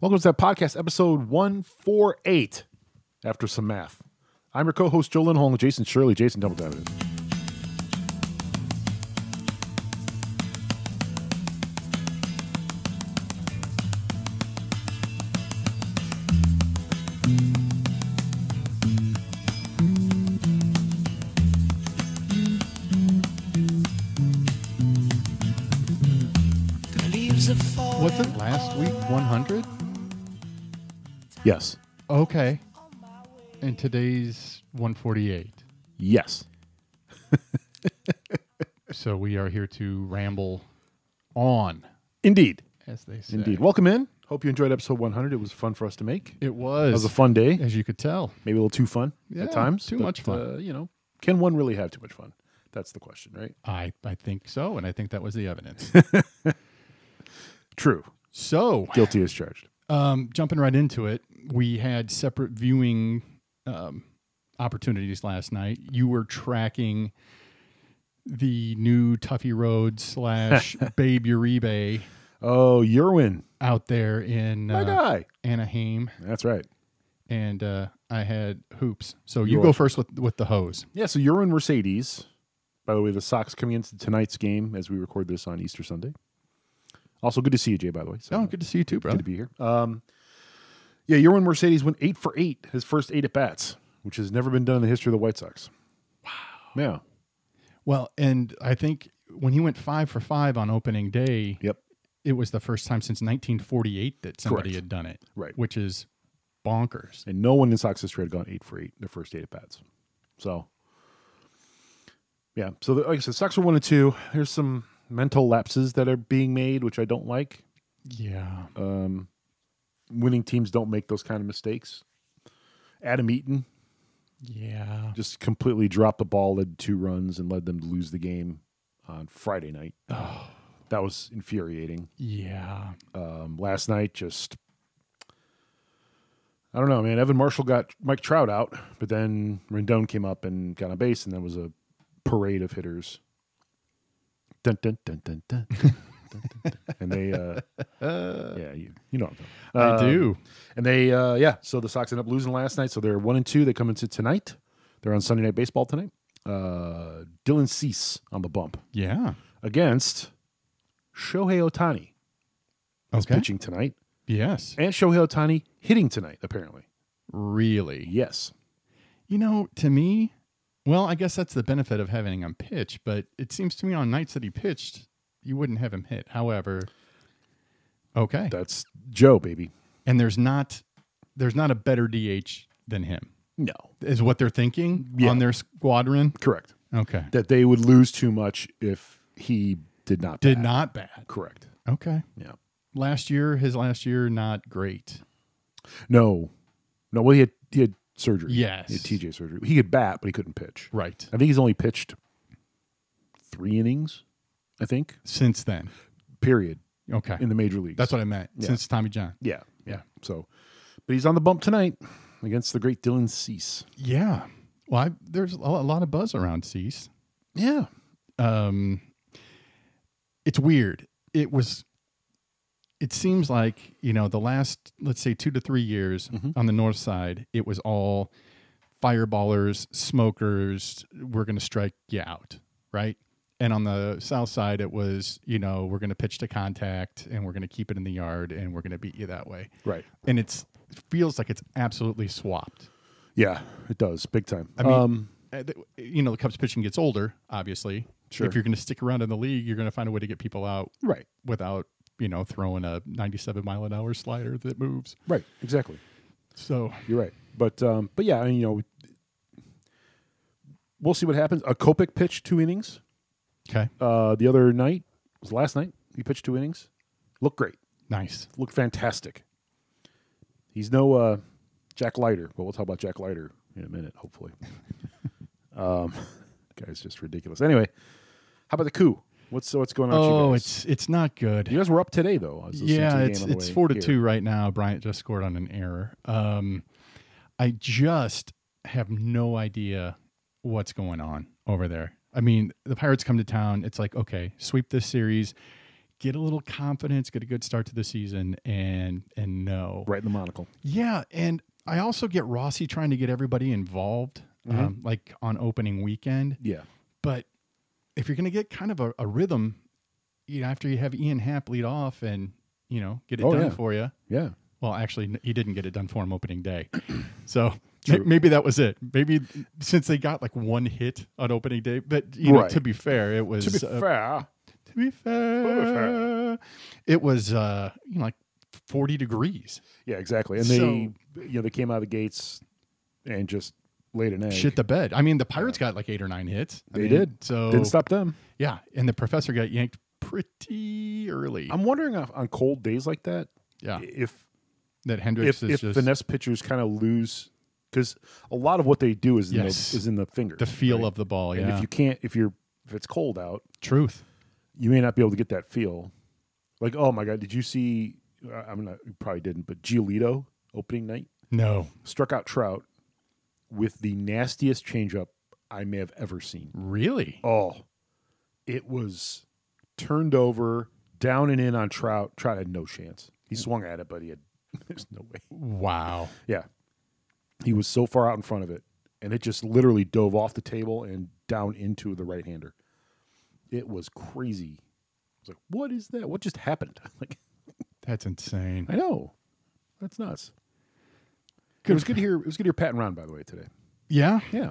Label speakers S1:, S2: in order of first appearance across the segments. S1: Welcome to that podcast, episode 148, after some math. I'm your co host, Joe Lindholm, with Jason Shirley, Jason Double Diamond.
S2: The leaves are falling.
S3: Was it last week 100?
S1: Yes.
S3: Okay. And today's 148.
S1: Yes.
S3: So we are here to ramble on,
S1: Indeed.
S3: as they say.
S1: Indeed. Welcome in. Hope you enjoyed episode 100. It was fun for us to make. It
S3: It was.
S1: was a fun day.
S3: As you could tell.
S1: Maybe a little too fun
S3: Yeah,
S1: at times.
S3: too
S1: but,
S3: much fun.
S1: Uh, you know, can one really have too much fun? That's the question, right?
S3: I, I think so. And I think that was the evidence.
S1: True.
S3: so
S1: Guilty as charged.
S3: um, jumping right into it, we had separate viewing um, opportunities last night. You were tracking the new Tuffy Road slash Babe Uribe
S1: Oh, Yerwin.
S3: out there in
S1: My
S3: uh,
S1: guy.
S3: Anaheim.
S1: That's right.
S3: and uh, I had hoops. So you
S1: You're
S3: go
S1: welcome.
S3: first with with the hose.
S1: Yeah, so you're in Mercedes. By the way, the Sox coming into tonight's game as we record this on Easter Sunday. Also, good to see you, Jay. By the way, so
S3: Oh, good to see you too,
S1: good
S3: brother.
S1: to be here. Um, yeah, you're in Mercedes went eight for eight, his first eight at bats, which has never been done in the history of the White Sox. Wow.
S3: Well, and I think when he went five for five on opening day,
S1: Yeah. Yep.
S3: it was the first time since 1948 that somebody
S1: Correct.
S3: had done it,
S1: Right.
S3: Which is bonkers.
S1: And no one in Sox history had gone eight for eight their first eight at bats. So, yeah. So, the, like I said, Sox are one and two. There's some mental lapses that are being made, which I don't like.
S3: Yeah,
S1: winning teams don't make those kind of mistakes. Adam Eaton
S3: yeah.
S1: just completely dropped the ball, led to two runs, and led them to lose the game on Friday night. That was infuriating.
S3: Yeah,
S1: Um, last night, just I don't know, man. Evan Marshall got Mike Trout out, but then Rendon came up and got on base, and that was a parade of hitters. Dun, dun, dun, dun, dun, dun, dun, dun, dun. And they, uh, yeah, you, you know what I'm talking about.
S3: I do.
S1: And they, uh, yeah, so the Sox end up losing last night. So they're one and two. They come into tonight. They're on Sunday Night Baseball tonight. Uh, Dylan Cease on the bump
S3: Yeah.
S1: against Shohei Otani
S3: Okay.
S1: pitching tonight
S3: Yes.
S1: and Shohei Otani hitting tonight, apparently.
S3: Really.
S1: Yes.
S3: You know, to me, well, I guess that's the benefit of having him pitch, but it seems to me on nights that he pitched, you wouldn't have him hit. However, okay.
S1: That's Joe, baby.
S3: and there's not there's not a better DH than him.
S1: No.
S3: Is what they're thinking
S1: Yeah.
S3: on their squadron.
S1: Correct.
S3: Okay.
S1: That they would lose too much if he did not.
S3: Did
S1: bat.
S3: not bad.
S1: Correct.
S3: Okay.
S1: Yeah.
S3: Last year, his last year, not great.
S1: No. No. Well, he had, he had surgery.
S3: Yes.
S1: He had TJ surgery. He could bat, but he couldn't pitch.
S3: Right.
S1: I think he's only pitched three innings, I think,
S3: Since then.
S1: period,
S3: Okay.
S1: in the major leagues.
S3: That's what I meant.
S1: Yeah.
S3: Since Tommy John.
S1: Yeah, yeah. So, but he's on the bump tonight against the great Dylan Cease.
S3: Yeah. Well, I, there's a a lot of buzz around Cease.
S1: Yeah.
S3: um it's weird it was it seems like you know the last let's say two to three years on the north side it was all fireballers smokers we're going to strike you out right and on the south side it was you know we're going to pitch to contact and we're going to keep it in the yard and we're going to beat you that way
S1: Right.
S3: and it's it feels like it's absolutely swapped
S1: Yeah, it does big time.
S3: I mean,
S1: um,
S3: uh, th- you know the Cubs pitching gets older. Obviously,
S1: Sure.
S3: if you're going to stick around in the league, you're going to find a way to get people out
S1: right,
S3: without you know throwing a 97 mile an hour slider that moves.
S1: right, exactly.
S3: So
S1: You're right. But um, but yeah, I mean, you know, we'll see what happens. A Kopic pitched two innings
S3: okay,
S1: uh, the other night. Was last night he pitched two innings. Looked great.
S3: nice.
S1: looked fantastic. He's no uh, Jack Leiter, but we'll talk about Jack Leiter in a minute, hopefully. um, guy's just ridiculous. Anyway, how about the coup? What's what's going on? with
S3: Oh,
S1: you guys?
S3: it's it's not good.
S1: you guys were up today though. I was listening to
S3: Yeah,
S1: the game
S3: it's
S1: on the
S3: it's
S1: way
S3: four to
S1: here.
S3: two right now. Bryant just scored on an error. Um, I just have no idea what's going on over there. I mean, the Pirates come to town. It's like okay, sweep this series, get a little confidence, get a good start to the season, and and no,
S1: Right in the monocle.
S3: yeah, and I also get Rossi trying to get everybody involved,
S1: Mm-hmm.
S3: um, like on opening weekend.
S1: Yeah.
S3: But if you're going to get kind of a, a rhythm, you know, after you have Ian Happ lead off and you know get it
S1: Oh,
S3: done
S1: yeah.
S3: for you.
S1: Yeah.
S3: Well, actually, n- he didn't get it done for him opening day, so may-
S1: True.
S3: maybe that was it. Maybe since they got like one hit on opening day, but you know,
S1: Right.
S3: to be fair, it was
S1: To be
S3: uh,
S1: fair,
S3: to be
S1: fair.
S3: fair, it was uh, you know like forty degrees.
S1: yeah, exactly. And
S3: So-
S1: they, you know, they came out of the gates and just laid an egg.
S3: shit the bed. I mean, the Pirates got like eight or nine hits. I
S1: They
S3: mean,
S1: did.
S3: So
S1: Didn't stop them.
S3: Yeah, and the professor got yanked pretty early.
S1: I'm wondering if, on cold days like that,
S3: yeah,
S1: if
S3: that
S1: if,
S3: Hendricks is
S1: if
S3: just
S1: finesse pitchers kind of lose because a lot of what they do is in
S3: Yes.
S1: the, is in the finger,
S3: the feel
S1: right?
S3: of the ball. Yeah,
S1: And if you can't, if you're if it's cold out,
S3: truth.
S1: you may not be able to get that feel. Like, oh my god, did you see? I- I'm not you probably didn't, but Giolito opening night
S3: No,
S1: struck out Trout with the nastiest changeup I may have ever seen.
S3: really.
S1: Oh, it was turned over, down and in on Trout. Trout had no chance. He swung at it, but he had there's no way.
S3: Wow.
S1: Yeah. He was so far out in front of it, and it just literally dove off the table and down into the right hander. It was crazy. I was like, what is that? What just happened? Like,
S3: That's insane.
S1: I know. That's nuts.
S3: Good
S1: it was
S3: for-
S1: good to hear it was good to hear Pat and Ron, by the way, today.
S3: Yeah,
S1: Yeah.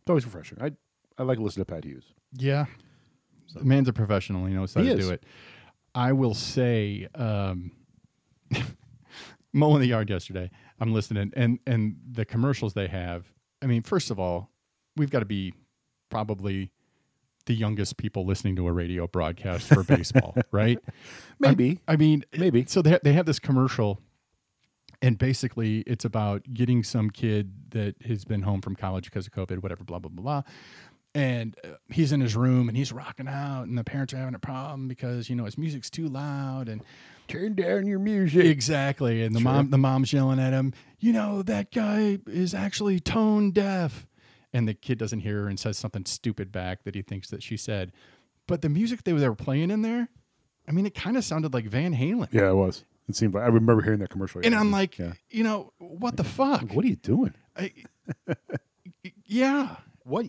S1: It's always refreshing. I I like to listen to Pat Hughes.
S3: yeah. The man's a professional. He knows how
S1: He
S3: to
S1: is.
S3: do it. I will say, um, mowing the yard yesterday. I'm listening, and and the commercials they have. I mean, first of all, we've got to be probably the youngest people listening to a radio broadcast for baseball, right?
S1: Maybe.
S3: I mean,
S1: Maybe.
S3: So they they have this commercial, and basically it's about getting some kid that has been home from college because of COVID, whatever, blah blah blah. blah. And uh, he's in his room and he's rocking out, and the parents are having a problem because you know his music's too loud, and
S1: Turn down your music.
S3: exactly, and the mom the mom's yelling at him, you know that guy is actually tone deaf, and the kid doesn't hear her and says something stupid back that he thinks that she said, but the music they were they were playing in there, I mean, it kind of sounded like Van Halen.
S1: Yeah, it was. It seemed like I remember hearing that commercial.
S3: And
S1: yeah.
S3: I'm like,
S1: Yeah.
S3: you know, what the fuck?
S1: what are you doing?
S3: I, yeah,
S1: What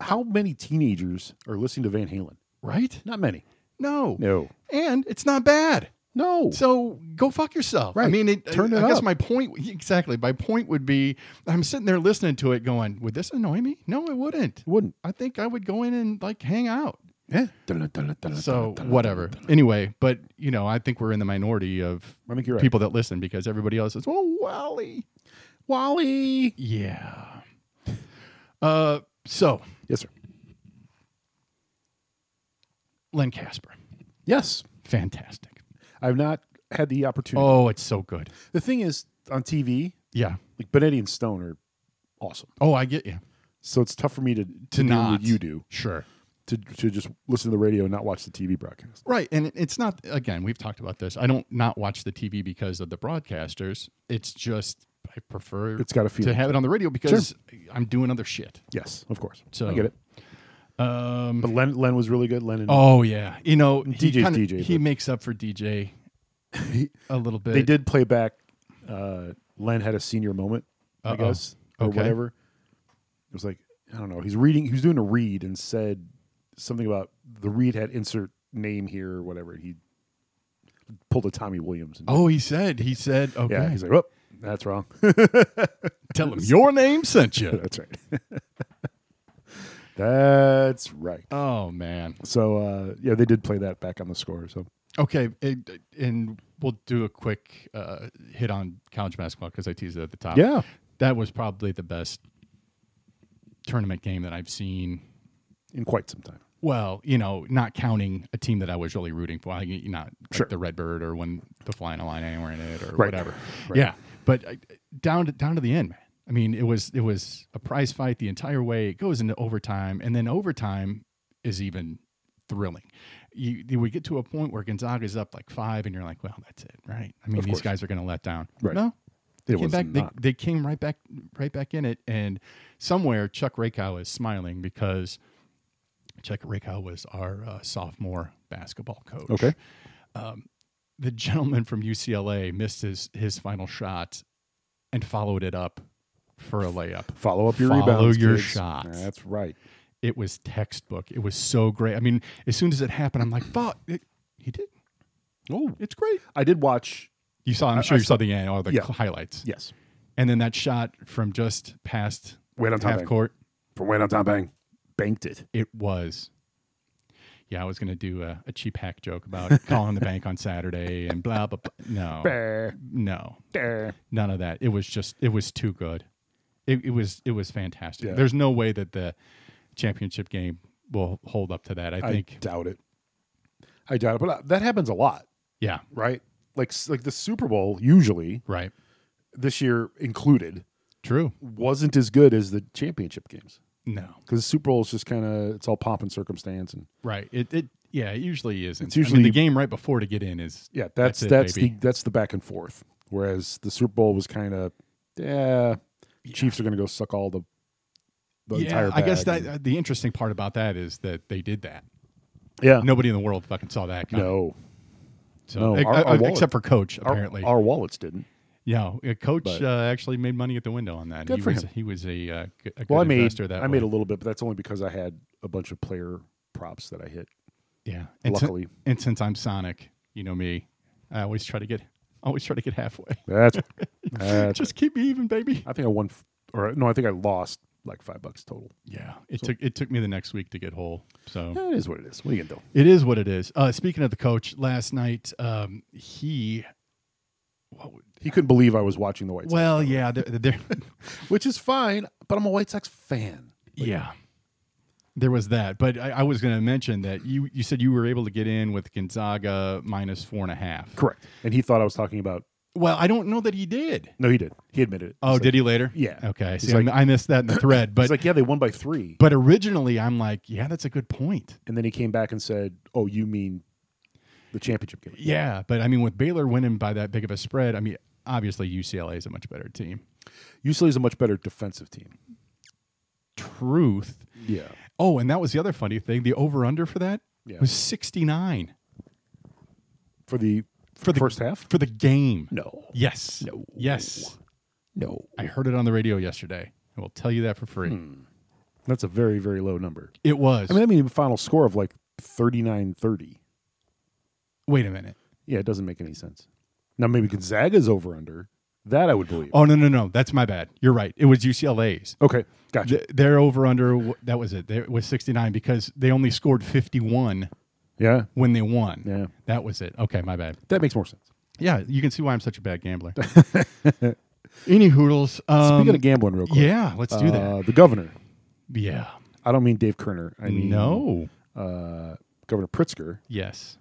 S1: how many teenagers are listening to Van Halen?
S3: right?
S1: Not many.
S3: No.
S1: No.
S3: And it's not bad.
S1: No.
S3: So go fuck yourself. I
S1: Right.
S3: mean, it,
S1: Turn
S3: I,
S1: it
S3: I guess
S1: up.
S3: my point, exactly. My point would be I'm sitting there listening to it going, would this annoy me? No, it wouldn't.
S1: wouldn't.
S3: I think I would go in and like hang out.
S1: Yeah.
S3: So whatever. Anyway, but you know, I think we're in the minority of
S1: I think you're right.
S3: people that listen because everybody else is, oh, Wally.
S1: Wally.
S3: Yeah. Uh, so
S1: Yes, sir.
S3: Len Casper.
S1: Yes.
S3: Fantastic.
S1: I've not had the opportunity.
S3: Oh, it's so good.
S1: The thing is, on TV,
S3: Yeah.
S1: like Benetti and Stone are awesome.
S3: Oh, I get you.
S1: So it's tough for me to, to,
S3: To
S1: do
S3: not
S1: what you do,
S3: Sure.
S1: to, to just listen to the radio and not watch the TV broadcast.
S3: Right. And it- it's not again, we've talked about this. I don't not watch the TV because of the broadcasters. It's just I prefer
S1: It's got a feel.
S3: to have it on the radio because I'm doing other shit.
S1: yes, of course.
S3: So-
S1: I get it.
S3: Um
S1: But Len, Len was really good. Len and
S3: Oh yeah. You know, he
S1: DJ's
S3: kinda-
S1: DJ,
S3: he
S1: but-
S3: makes up for DJ a little bit.
S1: they did play back. Uh, Len had a senior moment, I
S3: Uh-oh.
S1: guess, or
S3: Okay.
S1: whatever. It was like I don't know. He's reading. He was doing a read and said something about the read had insert name here or whatever. He pulled a Tommy Williams. And,
S3: Oh, he said. He said, okay.
S1: yeah. He's like, oh, that's wrong.
S3: Tell him your name sent you.
S1: that's right. that's right.
S3: oh man.
S1: So uh, yeah, they did play that back on the score. So
S3: Okay, and, and we'll do a quick uh, hit on college basketball because I teased it at the top.
S1: Yeah.
S3: that was probably the best tournament game that I've seen.
S1: in quite some time.
S3: Well, you know, not counting a team that I was really rooting for, like, you not like
S1: Sure.
S3: the Redbird or when the Flying Illini were in it or
S1: Right.
S3: whatever.
S1: Right.
S3: Yeah, but I, down to down to the end, man. I mean, it was it was a prize fight the entire way. It goes into overtime, and then overtime is even thrilling. You, you would get to a point where Gonzaga's up like five, and you're like, well, that's it, right? I mean,
S1: Of
S3: these
S1: course.
S3: guys are going to let down.
S1: Right.
S3: No,
S1: It
S3: came
S1: was
S3: back-
S1: not.
S3: They, they came right back, right back in it, and somewhere Chuck Rakow is smiling because Rick Rakow was our uh, sophomore basketball coach.
S1: Okay.
S3: The gentleman from UCLA missed his, his final shot and followed it up for a layup.
S1: Follow up your
S3: Follow
S1: rebounds.
S3: your
S1: kids.
S3: shots.
S1: That's right.
S3: It was textbook. It was so great. I mean, as soon as it happened, I'm like, "Fuck!" It, he did.
S1: Oh,
S3: It's great.
S1: I did watch.
S3: You saw. I'm sure you saw the end or the
S1: Yeah.
S3: highlights.
S1: Yes.
S3: And then that shot from just past
S1: Wait on time.
S3: half
S1: Bang.
S3: court.
S1: From Wayne on time bang. Banked it.
S3: It was. Yeah, I was going to do a, a cheap hack joke about calling the bank on Saturday and blah, blah, blah. No,
S1: Bear,
S3: no,
S1: bear.
S3: none of that. It was just, it was too good. It, it was, it was fantastic.
S1: Yeah.
S3: There's no way that the championship game will hold up to that. I
S1: I
S3: think,
S1: doubt it. I doubt it. But uh, that happens a lot,
S3: yeah,
S1: right? Like s- like the Super Bowl usually
S3: right.
S1: this year included
S3: True.
S1: wasn't as good as the championship games
S3: No,
S1: because the Super Bowl is just kind of it's all pomp and circumstance and
S3: right. It, it, yeah, it usually isn't.
S1: It's
S3: I mean,
S1: usually-
S3: the game right before to get in is,
S1: yeah that's
S3: That's
S1: that's,
S3: it,
S1: the
S3: baby.
S1: that's the back and forth. Whereas the Super Bowl was kind of yeah, Chiefs are going to go suck all the the entire.
S3: yeah, I guess
S1: bag
S3: that
S1: and-
S3: uh, the interesting part about that is that they did that.
S1: yeah
S3: Nobody in the world fucking saw that. coming.
S1: no
S3: So,
S1: No,
S3: e-
S1: our- our
S3: e-
S1: wallet-
S3: except for coach,
S1: Our-
S3: apparently.
S1: our, wallets didn't.
S3: yeah, uh, coach
S1: But-
S3: uh, actually made money at the window on that.
S1: Good
S3: he
S1: for
S3: was
S1: him.
S3: he was a, uh, g- a good
S1: Well, I made
S3: investor that
S1: I made a
S3: way.
S1: little bit, but that's only because I had a bunch of player props that I hit.
S3: yeah. And, si-
S1: luckily,
S3: and since I'm Sonic, you know me, I always try to get I always try to get halfway.
S1: that's. that's-
S3: Just keep me even, baby.
S1: I think I won, f- or no, I think I lost like five bucks total.
S3: Yeah, it took it took me the next week to get whole. So
S1: That is what it is. What are you gonna do?
S3: It is what it is. Uh, speaking of the coach, last night um, he.
S1: He couldn't believe I was watching the White Sox,
S3: Well, yeah, there, there,
S1: which is fine. But I'm a White Sox fan.
S3: yeah, there was that. But I, I was going to mention that you you said you were able to get in with Gonzaga minus four and a half.
S1: Correct. And he thought I was talking about.
S3: Well, I don't know that he did.
S1: No, he did. He admitted it.
S3: Oh,
S1: He's like-
S3: did he later?
S1: Yeah.
S3: Okay.
S1: He's
S3: See, I m- I missed that in the thread, but
S1: He's like, yeah, they won by three,
S3: but originally I'm like, yeah, that's a good point.
S1: and then he came back and said, "Oh, you mean the championship game?"
S3: Yeah, but I mean, with Baylor winning by that big of a spread, I mean, obviously UCLA is a much better team.
S1: UCLA is a much better defensive team.
S3: Truth.
S1: Yeah.
S3: Oh, and that was the other funny thing. The over under for that
S1: Yeah.
S3: was 69
S1: For the for
S3: For
S1: the
S3: the-
S1: first half.
S3: for the game.
S1: No.
S3: Yes.
S1: No.
S3: Yes.
S1: No.
S3: I heard it on the radio yesterday. I will tell you that for free.
S1: That's a very very low number.
S3: It was.
S1: Hmm. I mean, I mean, a final score of like 39-30.
S3: Wait a minute.
S1: Yeah, it doesn't make any sense. Now maybe Gonzaga's over under. That I would believe.
S3: Oh, no, no, no. That's my bad. You're right. It was UCLA's.
S1: Okay, gotcha.
S3: Th- Their over under that was it. There was 69 because they only scored 51
S1: yeah,
S3: when they won.
S1: Yeah.
S3: That was it. Okay, my bad.
S1: that makes more sense.
S3: Yeah, you can see why I'm such a bad gambler. Any hoodles. Um,
S1: Speaking of gambling, real quick.
S3: yeah, let's do that.
S1: Uh, the governor.
S3: Yeah.
S1: I don't mean Dave Kerner. I mean
S3: No.
S1: uh, Governor Pritzker
S3: Yes.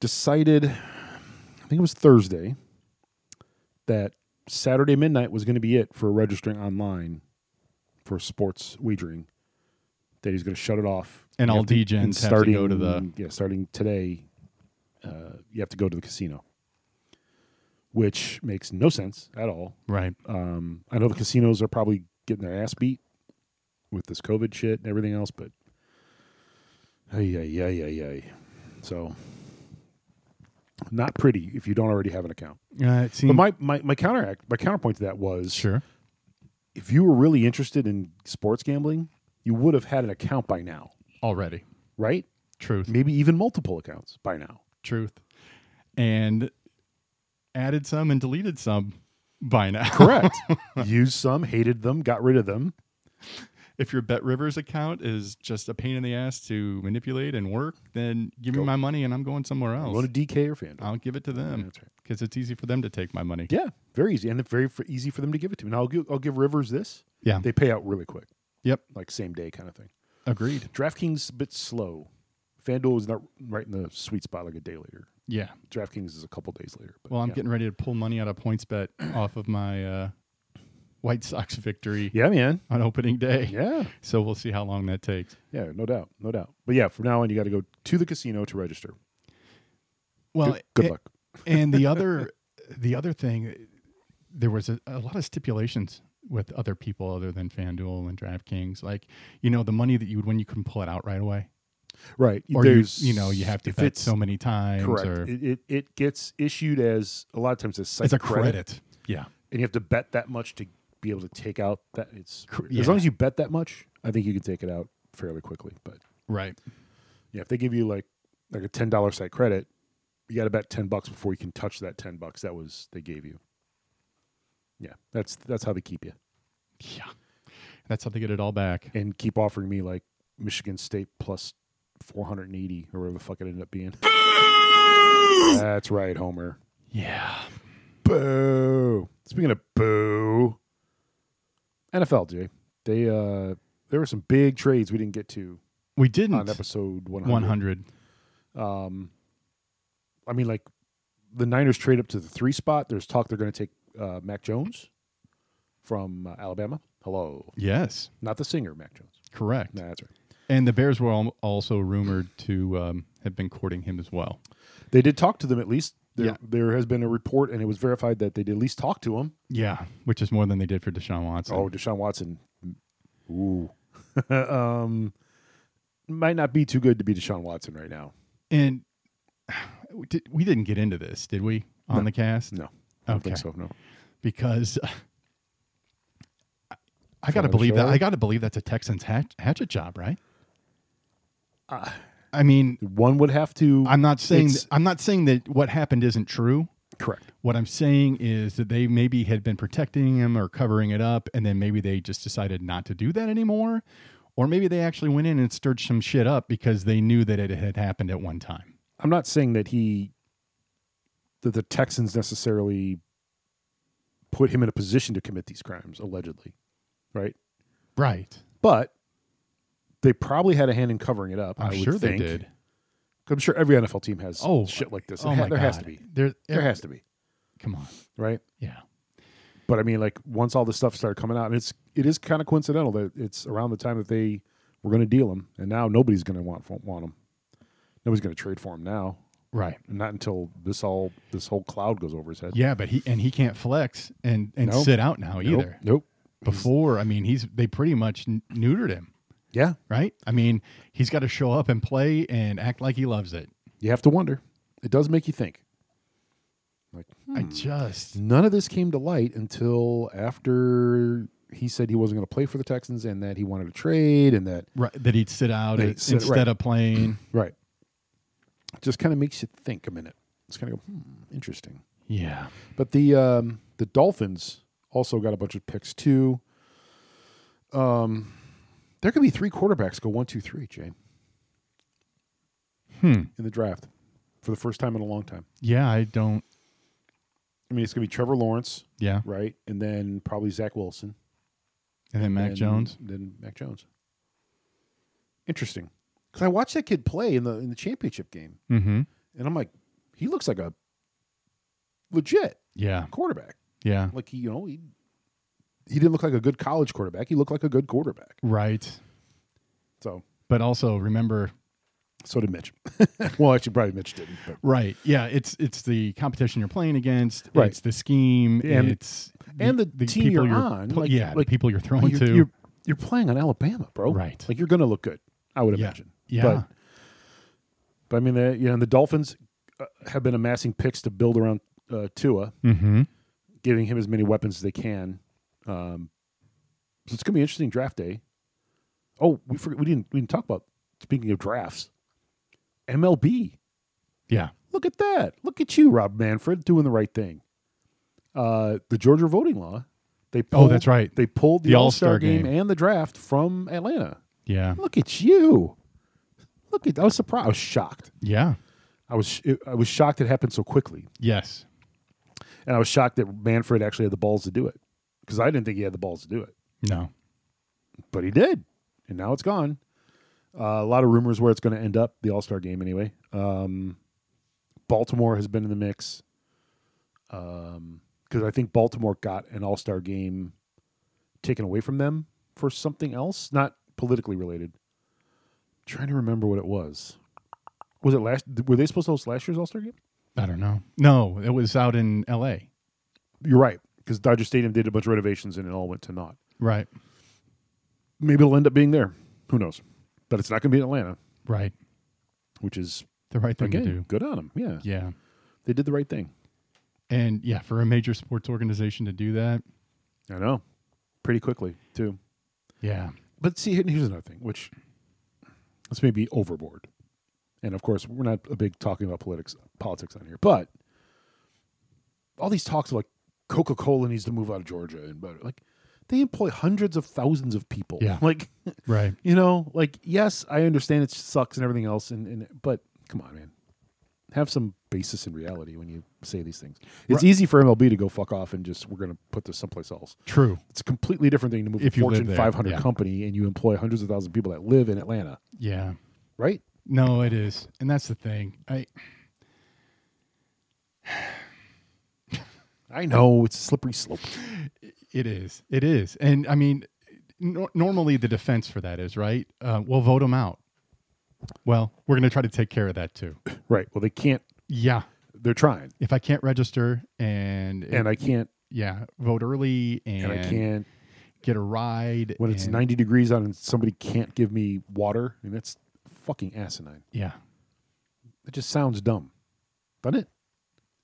S1: decided. I think it was Thursday that Saturday midnight was going to be it for registering online for sports wagering. That he's going to shut it off,
S3: And
S1: You
S3: all
S1: have to-
S3: DGens
S1: and
S3: have to go to
S1: starting- yeah starting today. Uh, you have to go to the casino, which makes no sense at all.
S3: Right. Uh,
S1: Um, I know the casinos are probably getting their ass beat with this COVID shit and everything else, but ay, ay, ay, ay, ay. So not pretty if you don't already have an account.
S3: Uh, it
S1: But
S3: seems
S1: my, my, my counteract, my counterpoint to that was
S3: sure.
S1: if you were really interested in sports gambling, you would have had an account by now,
S3: already.
S1: right?
S3: Truth.
S1: Maybe even multiple accounts by now.
S3: Truth. And added some and deleted some by now.
S1: Correct. Used some, hated them, got rid of them.
S3: if your Bet Rivers account is just a pain in the ass to manipulate and work, then give
S1: Go.
S3: me my money and I'm going somewhere else.
S1: Go to DK or FanDuel.
S3: I'll give it to
S1: Yeah,
S3: them
S1: that's right.
S3: because it's easy for them to take my money.
S1: Yeah, very easy, and it's very f- easy for them to give it to me. And I'll give, I'll give Rivers this.
S3: Yeah.
S1: They pay out really quick,
S3: Yep.
S1: like same day kind of thing.
S3: Agreed.
S1: DraftKings a bit slow. FanDuel is not right in the sweet spot, like a day later.
S3: Yeah.
S1: DraftKings is a couple days later. But
S3: Well, I'm
S1: yeah.
S3: getting ready to pull money out of points bet off of my uh, White Sox victory
S1: yeah, man,
S3: on opening day.
S1: yeah,
S3: So we'll see how long that takes.
S1: yeah, no doubt, no doubt. But yeah, from now on, you got to go to the casino to register.
S3: Well,
S1: good good
S3: a-
S1: luck.
S3: and the other the other thing there was a, a lot of stipulations with other people other than FanDuel and DraftKings. Like, you know, the money that you would win, you couldn't pull it out right away.
S1: Right.
S3: Or you,
S1: There's-
S3: you know, you have to
S1: if
S3: bet
S1: it's-
S3: so many times
S1: Correct.
S3: or
S1: It, it, it gets issued as a lot of times as site
S3: it's a credit. Yeah.
S1: and you have to bet that much to be able to take out that. It's
S3: Cor-
S1: as
S3: yeah.
S1: long as you bet that much, I think you can take it out fairly quickly. But
S3: Right.
S1: yeah, if they give you like like a ten dollar site credit, you got to bet ten bucks before you can touch that ten bucks that was they gave you. Yeah, that's that's how they keep you
S3: Yeah. That's how they get it all back.
S1: and keep offering me like Michigan State plus four hundred and eighty or whatever the fuck it ended up being. that's right, Homer.
S3: Yeah.
S1: Boo. Speaking of boo, NFL, Jay. They uh, there were some big trades we didn't get to
S3: We didn't.
S1: on episode Hmm. Oh, one
S3: 100.
S1: hundred. Um, I mean, like the Niners trade up to the three spot. There's talk they're going to take uh, Mac Jones from uh, Alabama. Hello,
S3: Yes.
S1: not the singer, Mac Jones.
S3: Correct.
S1: Nah, that's right.
S3: And the Bears were al- also rumored to um, have been courting him as well.
S1: They did talk to them at least. There,
S3: Yeah.
S1: there has been a report, and it was verified that they did at least talk to him.
S3: Yeah. Which is more than they did for Deshaun Watson.
S1: Oh, Deshaun Watson. Ooh. um, might not be too good to be Deshaun Watson right now.
S3: And we did- we didn't get into this, did we, on
S1: No.
S3: the cast?
S1: No. I don't
S3: Okay.
S1: think so. No.
S3: Because uh, I- I got to
S1: Another
S3: believe that.
S1: show?
S3: I got to believe that's a Texans hatch, hatchet job, right?
S1: Uh,
S3: I mean,
S1: One would have to.
S3: I'm not saying
S1: It's-
S3: I'm not saying that what happened isn't true.
S1: correct.
S3: What I'm saying is that they maybe had been protecting him or covering it up, and then maybe they just decided not to do that anymore. Or maybe they actually went in and stirred some shit up because they knew that it had happened at one time.
S1: I'm not saying that he, that the Texans necessarily put him in a position to commit these crimes, allegedly. Right.
S3: Right.
S1: But they probably had a hand in covering it up.
S3: I'm
S1: I would
S3: sure they
S1: think.
S3: did.
S1: I'm sure every NFL team has
S3: Oh,
S1: shit like this.
S3: Oh
S1: It ha-
S3: my
S1: there
S3: God.
S1: has to be.
S3: There,
S1: There has to be.
S3: Come on.
S1: Right.
S3: Yeah.
S1: but I mean, like once all this stuff started coming out, and it's it is kind of coincidental that it's around the time that they were going to deal him, and now nobody's going to want want him. Nobody's going to trade for him now,
S3: Right.
S1: not until this all this whole cloud goes over his head.
S3: Yeah, but he and he can't flex and and
S1: No.
S3: sit out now
S1: Nope,
S3: either.
S1: Nope.
S3: Before, I mean, he's they pretty much n- neutered him,
S1: Yeah,
S3: right? I mean, he's got to show up and play and act like he loves it.
S1: you have to wonder. It does make you think. Like
S3: I just
S1: none of this came to light until after he said he wasn't going to play for the Texans and that he wanted to trade and that
S3: right, that he'd sit out
S1: They
S3: in-
S1: sit-
S3: instead
S1: right.
S3: of playing.
S1: right. Just kind of makes you think a minute. It's kind of go, hmm, interesting.
S3: yeah,
S1: But the um, the Dolphins also got a bunch of picks too. Um, there could be three quarterbacks go one, two, three, Jay,
S3: hmm.
S1: in the draft for the first time in a long time.
S3: yeah. I don't.
S1: I mean, it's gonna be Trevor Lawrence,
S3: Yeah,
S1: right, and then probably Zach Wilson,
S3: and then Mac
S1: and
S3: Jones.
S1: then Mac Jones. Interesting, because I watched that kid play in the in the championship game,
S3: Mm-hmm.
S1: and I'm like, he looks like a legit
S3: Yeah,
S1: quarterback.
S3: yeah.
S1: Like he, you know, he he didn't look like a good college quarterback. He looked like a good quarterback.
S3: Right,
S1: So
S3: but also remember
S1: So did Mitch. well, actually, probably Mitch didn't. But
S3: Right. Yeah. It's it's the competition you're playing against.
S1: Right.
S3: It's the scheme.
S1: And-
S3: it's
S1: and the team
S3: people
S1: you're on,
S3: pl-
S1: like-
S3: yeah. the
S1: like,
S3: people you're throwing
S1: you're,
S3: to.
S1: you're you're playing on Alabama, bro.
S3: Right.
S1: Like you're going to look good, I would
S3: Yeah.
S1: imagine.
S3: yeah.
S1: But, but I mean, the, you know, the Dolphins uh, have been amassing picks to build around uh, Tua,
S3: mm-hmm.
S1: giving him as many weapons as they can. Um, so it's going to be an interesting draft day. Oh, we forgot we didn't we didn't talk about speaking of drafts. MLB
S3: Yeah.
S1: Look at that. Look at you, Rob Manfred, doing the right thing. Uh, the Georgia voting law. They pulled,
S3: Oh, that's right.
S1: They pulled the,
S3: The
S1: All-Star,
S3: All-Star
S1: game,
S3: game.
S1: and the draft from Atlanta.
S3: Yeah.
S1: Look at you. Look at I was surprised. I was shocked.
S3: Yeah.
S1: I was I was shocked it happened so quickly.
S3: Yes.
S1: And I was shocked that Manfred actually had the balls to do it cuz I didn't think he had the balls to do it.
S3: No.
S1: But he did. And now it's gone. Uh, a lot of rumors where it's going to end up the All-Star game anyway. Um, Baltimore has been in the mix. um because I think Baltimore got an All Star game taken away from them for something else, not politically related. trying to remember what it was. Was it last? Were they supposed to host last year's All Star game?
S3: I don't know. No. It was out in L.A.
S1: You're right. because Dodger Stadium did a bunch of renovations and it all went to naught.
S3: Right.
S1: Maybe it'll end up being there. Who knows? But it's not going to be in Atlanta,
S3: Right.
S1: which is
S3: The right thing to
S1: again
S3: do.
S1: good on them. Yeah.
S3: Yeah.
S1: they did the right thing.
S3: And yeah, for a major sports organization to do that.
S1: I know, pretty quickly too.
S3: Yeah.
S1: But see, here- here's another thing, which this may be overboard, and of course, we're not a big talking about politics politics on here, but all these talks of like Coca Cola needs to move out of Georgia and but like they employ hundreds of thousands of people.
S3: Yeah.
S1: Like
S3: Right.
S1: you know, like yes, I understand it sucks and everything else, and, and but come on, man, have some basis in reality when you say these things. It's
S3: Right.
S1: easy for MLB to go fuck off and just we're gonna put this someplace else.
S3: True.
S1: It's a completely different thing to move
S3: If
S1: a
S3: you live
S1: Fortune
S3: there,
S1: 500
S3: yeah.
S1: company and you employ hundreds of thousands of people that live in Atlanta,
S3: Yeah.
S1: right?
S3: No, it is. And that's the thing. I
S1: I know it's a slippery slope.
S3: it is. It is. And I mean, nor normally the defense for that is, right? Uh, we'll vote them out. Well, we're going to try to take care of that too.
S1: Right. Well, they can't.
S3: Yeah.
S1: They're trying,
S3: If I can't register and,
S1: and I can't.
S3: yeah, vote early and,
S1: And I can't.
S3: get a ride
S1: When it's
S3: and-
S1: 90 degrees out and somebody can't give me water, I mean, that's fucking asinine.
S3: Yeah.
S1: It just sounds dumb, doesn't it?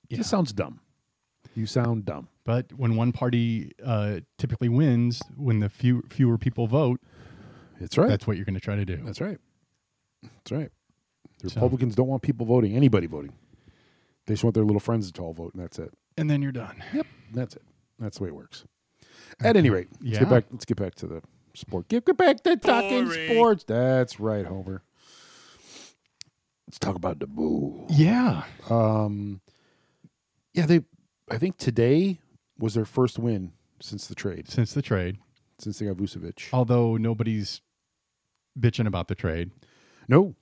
S1: It
S3: Yeah.
S1: just sounds dumb. You sound dumb.
S3: But when one party uh, typically wins, when the few, fewer people vote,
S1: That's right. That's,
S3: that's what you're going to try to do.
S1: right. That's right. The
S3: So-
S1: Republicans don't want people voting, anybody voting. They just want their little friends to all vote, and that's it.
S3: And then you're done.
S1: Yep, that's it. That's the way it works. At any rate, let's
S3: Yeah.
S1: get back. Let's get back to the sport. Get, get back to talking
S2: Boring.
S1: sports. That's right, Homer. Let's talk about the boo.
S3: Yeah.
S1: Um, yeah, they. I think today was their first win since the trade,
S3: Since the trade,
S1: since they got Vucevic.
S3: although nobody's bitching about the trade,
S1: No,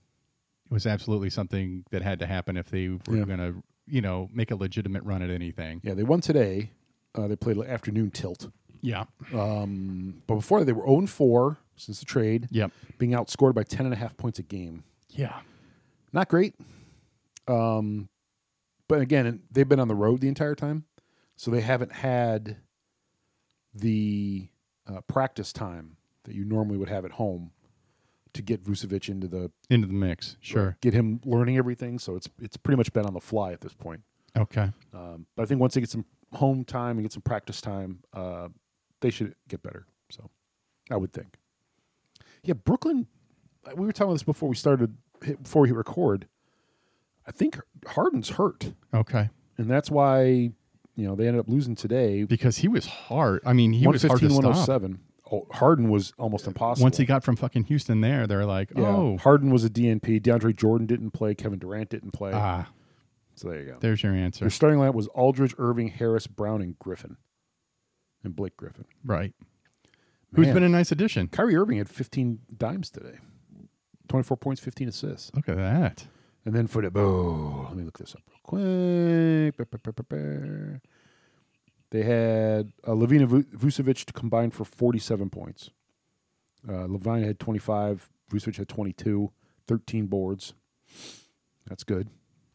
S3: it was absolutely something that had to happen if they were
S1: Yeah.
S3: going to, you know, make a legitimate run at anything.
S1: yeah, they won today. Uh, they played afternoon tilt.
S3: Yeah.
S1: Um, but before that, they were 0 4 since the trade,
S3: Yep.
S1: being outscored by 10.5 points a game.
S3: Yeah.
S1: not great. Um, but again, they've been on the road the entire time, so they haven't had the uh, practice time that you normally would have at home to get Vucevic into the
S3: Into the mix. Sure.
S1: get him learning everything. So it's it's pretty much been on the fly at this point.
S3: Okay.
S1: Um, but I think once they get some home time and get some practice time, uh, they should get better. So I would think. Yeah, Brooklyn. uh, We were talking about this before we started, hit- before we hit record. I think Harden's hurt,
S3: Okay.
S1: and that's why you know they ended up losing today.
S3: Because he was hard. I mean, he was hard to
S1: 115,
S3: stop.
S1: 107. Oh, Harden was almost impossible.
S3: Once he got from fucking Houston there, they're like,
S1: yeah,
S3: oh,
S1: Harden was a DNP. DeAndre Jordan didn't play. Kevin Durant didn't play.
S3: ah,
S1: so there you go.
S3: there's your answer.
S1: Their starting lineup was Aldridge, Irving, Harris, Brown, and Griffin, and Blake Griffin.
S3: Right. Who's
S1: Man.
S3: been a nice addition?
S1: Kyrie Irving had 15 dimes today, 24 points, 15 assists.
S3: Look at that.
S1: And then for the boo, let me look this up real quick. Ba, ba, ba, ba, ba. They had uh, Levina Vu- Vucevic to combine for 47 points. Uh, Levine had 25, Vucevic had 22, 13 boards. That's good.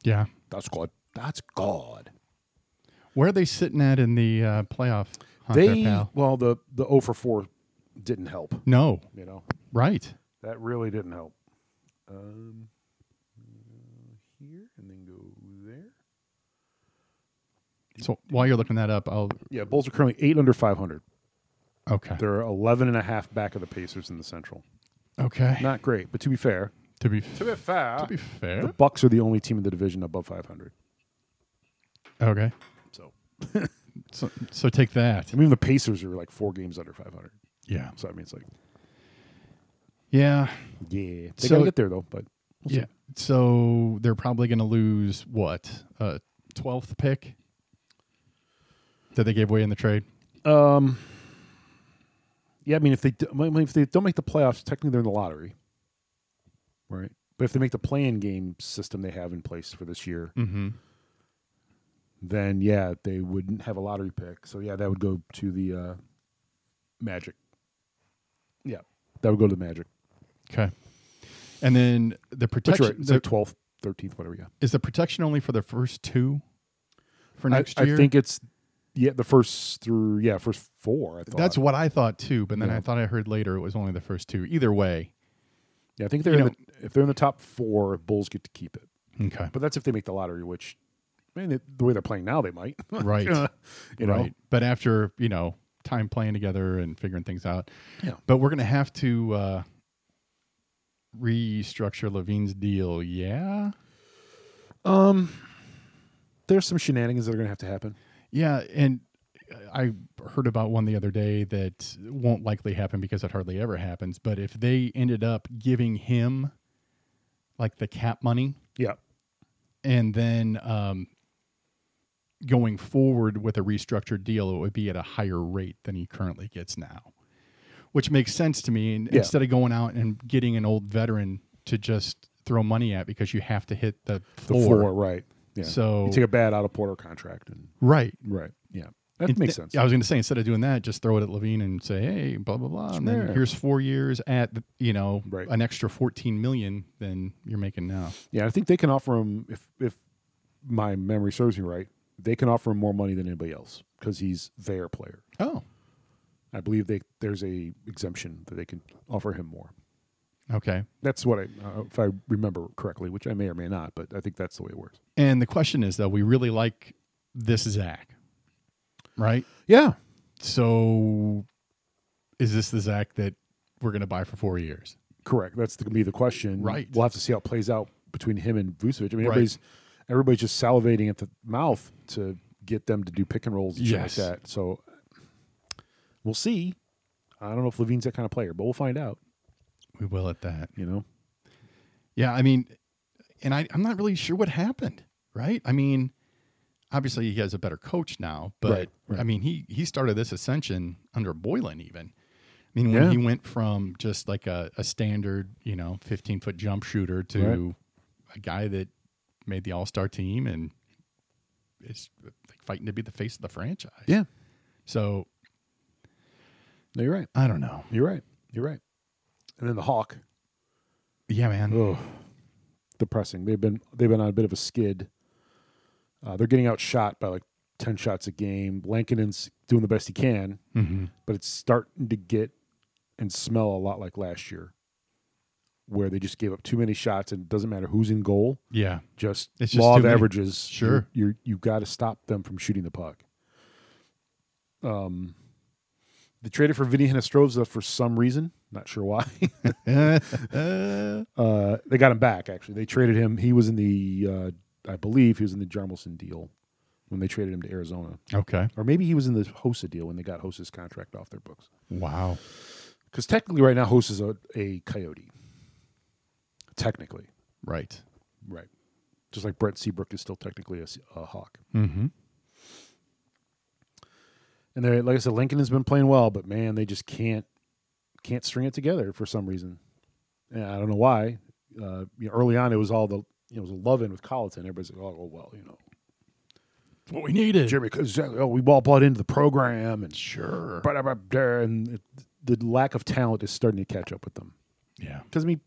S3: Yeah.
S1: That's good. That's God.
S3: Where are they sitting at in the uh, playoff? Hunt there,
S1: They
S3: pal?
S1: well the the 0 for 4 didn't help.
S3: no,
S1: You know
S3: right?
S1: that really didn't help. Um, uh, here and then go there.
S3: So while you're looking that up, I'll
S1: Yeah, Bulls are currently eight under 500.
S3: okay,
S1: They're 11 and a half back of the Pacers in the Central.
S3: okay.
S1: Not great, but to be fair,
S3: to be
S1: to be fair,
S3: to be fair,
S1: the Bucks are the only team in the division above 500.
S3: okay.
S1: So
S3: So, so take that.
S1: I mean, the Pacers are like four games under 500.
S3: Yeah,
S1: So I mean, it's like
S3: yeah,
S1: yeah, they
S3: So-
S1: gotta get there though. But
S3: yeah. So they're probably going to lose what a twelfth pick that they gave away in the trade.
S1: um, yeah, I mean, if they do, I mean, if they don't make the playoffs, technically they're in the lottery, right? But if they make the play-in game system they have in place for this year,
S3: Mm-hmm.
S1: then yeah, they wouldn't have a lottery pick. So yeah, that would go to the uh, Magic. Yeah, that would go to the Magic.
S3: Okay. And then the
S1: That's
S3: protection
S1: right. It's like twelfth, thirteenth, whatever. Yeah,
S3: is the protection only for the first two for
S1: I-
S3: next
S1: I,
S3: year.
S1: think it's yeah, the first through yeah, first four. I thought.
S3: That's what I thought too, but then
S1: Yeah.
S3: I thought I heard later it was only the first two. Either way,
S1: yeah. I think they're in
S3: you
S1: the, if they're in the top four, Bulls get to keep it.
S3: okay,
S1: But that's if they make the lottery, which man, the- the way they're playing now, they might.
S3: Right.
S1: you know.
S3: right. But after you know time playing together and figuring things out,
S1: Yeah.
S3: But we're gonna have to uh, restructure Levine's deal. Yeah,
S1: Um, there's some shenanigans that are going to have to happen.
S3: yeah, and I heard about one the other day that won't likely happen because it hardly ever happens. But if they ended up giving him like the cap money,
S1: Yeah.
S3: and then um, going forward with a restructured deal, it would be at a higher rate than he currently gets now, which makes sense to me. And
S1: Yeah.
S3: instead of going out and getting an old veteran to just throw money at because you have to hit the
S1: The
S3: floor,
S1: four, right? Yeah.
S3: So-
S1: you take a bad out of Porter contract, and
S3: right?
S1: right, yeah, that
S3: It-
S1: makes
S3: th-
S1: sense.
S3: I was going to say instead of doing that, just throw it at Levine and say, "Hey, blah blah blah." And then
S1: Sure.
S3: here's four years at the- you know
S1: Right.
S3: an extra fourteen million than you're making now.
S1: Yeah, I think they can offer him if if my memory serves me right, they can offer him more money than anybody else because he's their player.
S3: Oh,
S1: I believe they there's a exemption that they can offer him more.
S3: okay.
S1: That's what I, uh, if I remember correctly, which I may or may not, but I think that's the way it works.
S3: And the question is, though, we really like this Zach, right?
S1: Yeah,
S3: So, is this the Zach that we're going to buy for four years?
S1: Correct. That's going to be the question.
S3: Right.
S1: We'll have to see how it plays out between him and Vucevic. I mean,
S3: Right.
S1: everybody's everybody's just salivating at the mouth to get them to do pick and rolls and
S3: Yes.
S1: shit like that. So we'll see. I don't know if Levine's that kind of player, but we'll find out.
S3: We will at that.
S1: You know.
S3: Yeah, I mean, and I, I'm not really sure what happened, right? I mean, obviously he has a better coach now, but
S1: Right, right.
S3: I mean, he he started this ascension under Boylan even. I mean, when
S1: Yeah.
S3: he went from just like a, a standard, you know, 15 foot jump shooter to
S1: Right.
S3: a guy that made the All Star team and is like fighting to be the face of the franchise.
S1: Yeah.
S3: So
S1: No, you're right.
S3: I don't know.
S1: You're right. You're right. And then the Hawk.
S3: Yeah, man.
S1: Oh, depressing. They've been they've been on a bit of a skid. Uh, they're getting outshot by like ten shots a game. Lankinen's doing the best he can.
S3: Mm-hmm.
S1: but it's starting to get and smell a lot like last year, where they just gave up too many shots and it doesn't matter who's in goal,
S3: Yeah.
S1: just
S3: It's just
S1: law
S3: too
S1: of
S3: many.
S1: averages.
S3: Sure.
S1: you you you've got to stop them from shooting the puck. Um, they traded for Vinny Hinestroza for some reason, not sure why.
S3: Uh,
S1: uh, they got him back actually. They traded him. He was in the uh, I believe he was in the Jarmelson deal when they traded him to Arizona,
S3: okay.
S1: or maybe he was in the Hosa deal when they got Hosa's contract off their books.
S3: Wow.
S1: because technically right now host is a, a coyote technically
S3: Right.
S1: right just like brent seabrook is still technically a, s- a hawk
S3: Mm-hmm.
S1: and they like i said lincoln has been playing well but man they just can't can't string it together for some reason and i don't know why uh, you know, early on it was all the you know, it was a love in with Colleton. Everybody's like, oh, well, you know,
S3: What we needed.
S1: Jeremy, because oh, we all bought into the program and
S3: Sure.
S1: blah, blah, blah, blah, and the lack of talent is starting to catch up with them.
S3: yeah.
S1: Because I mean,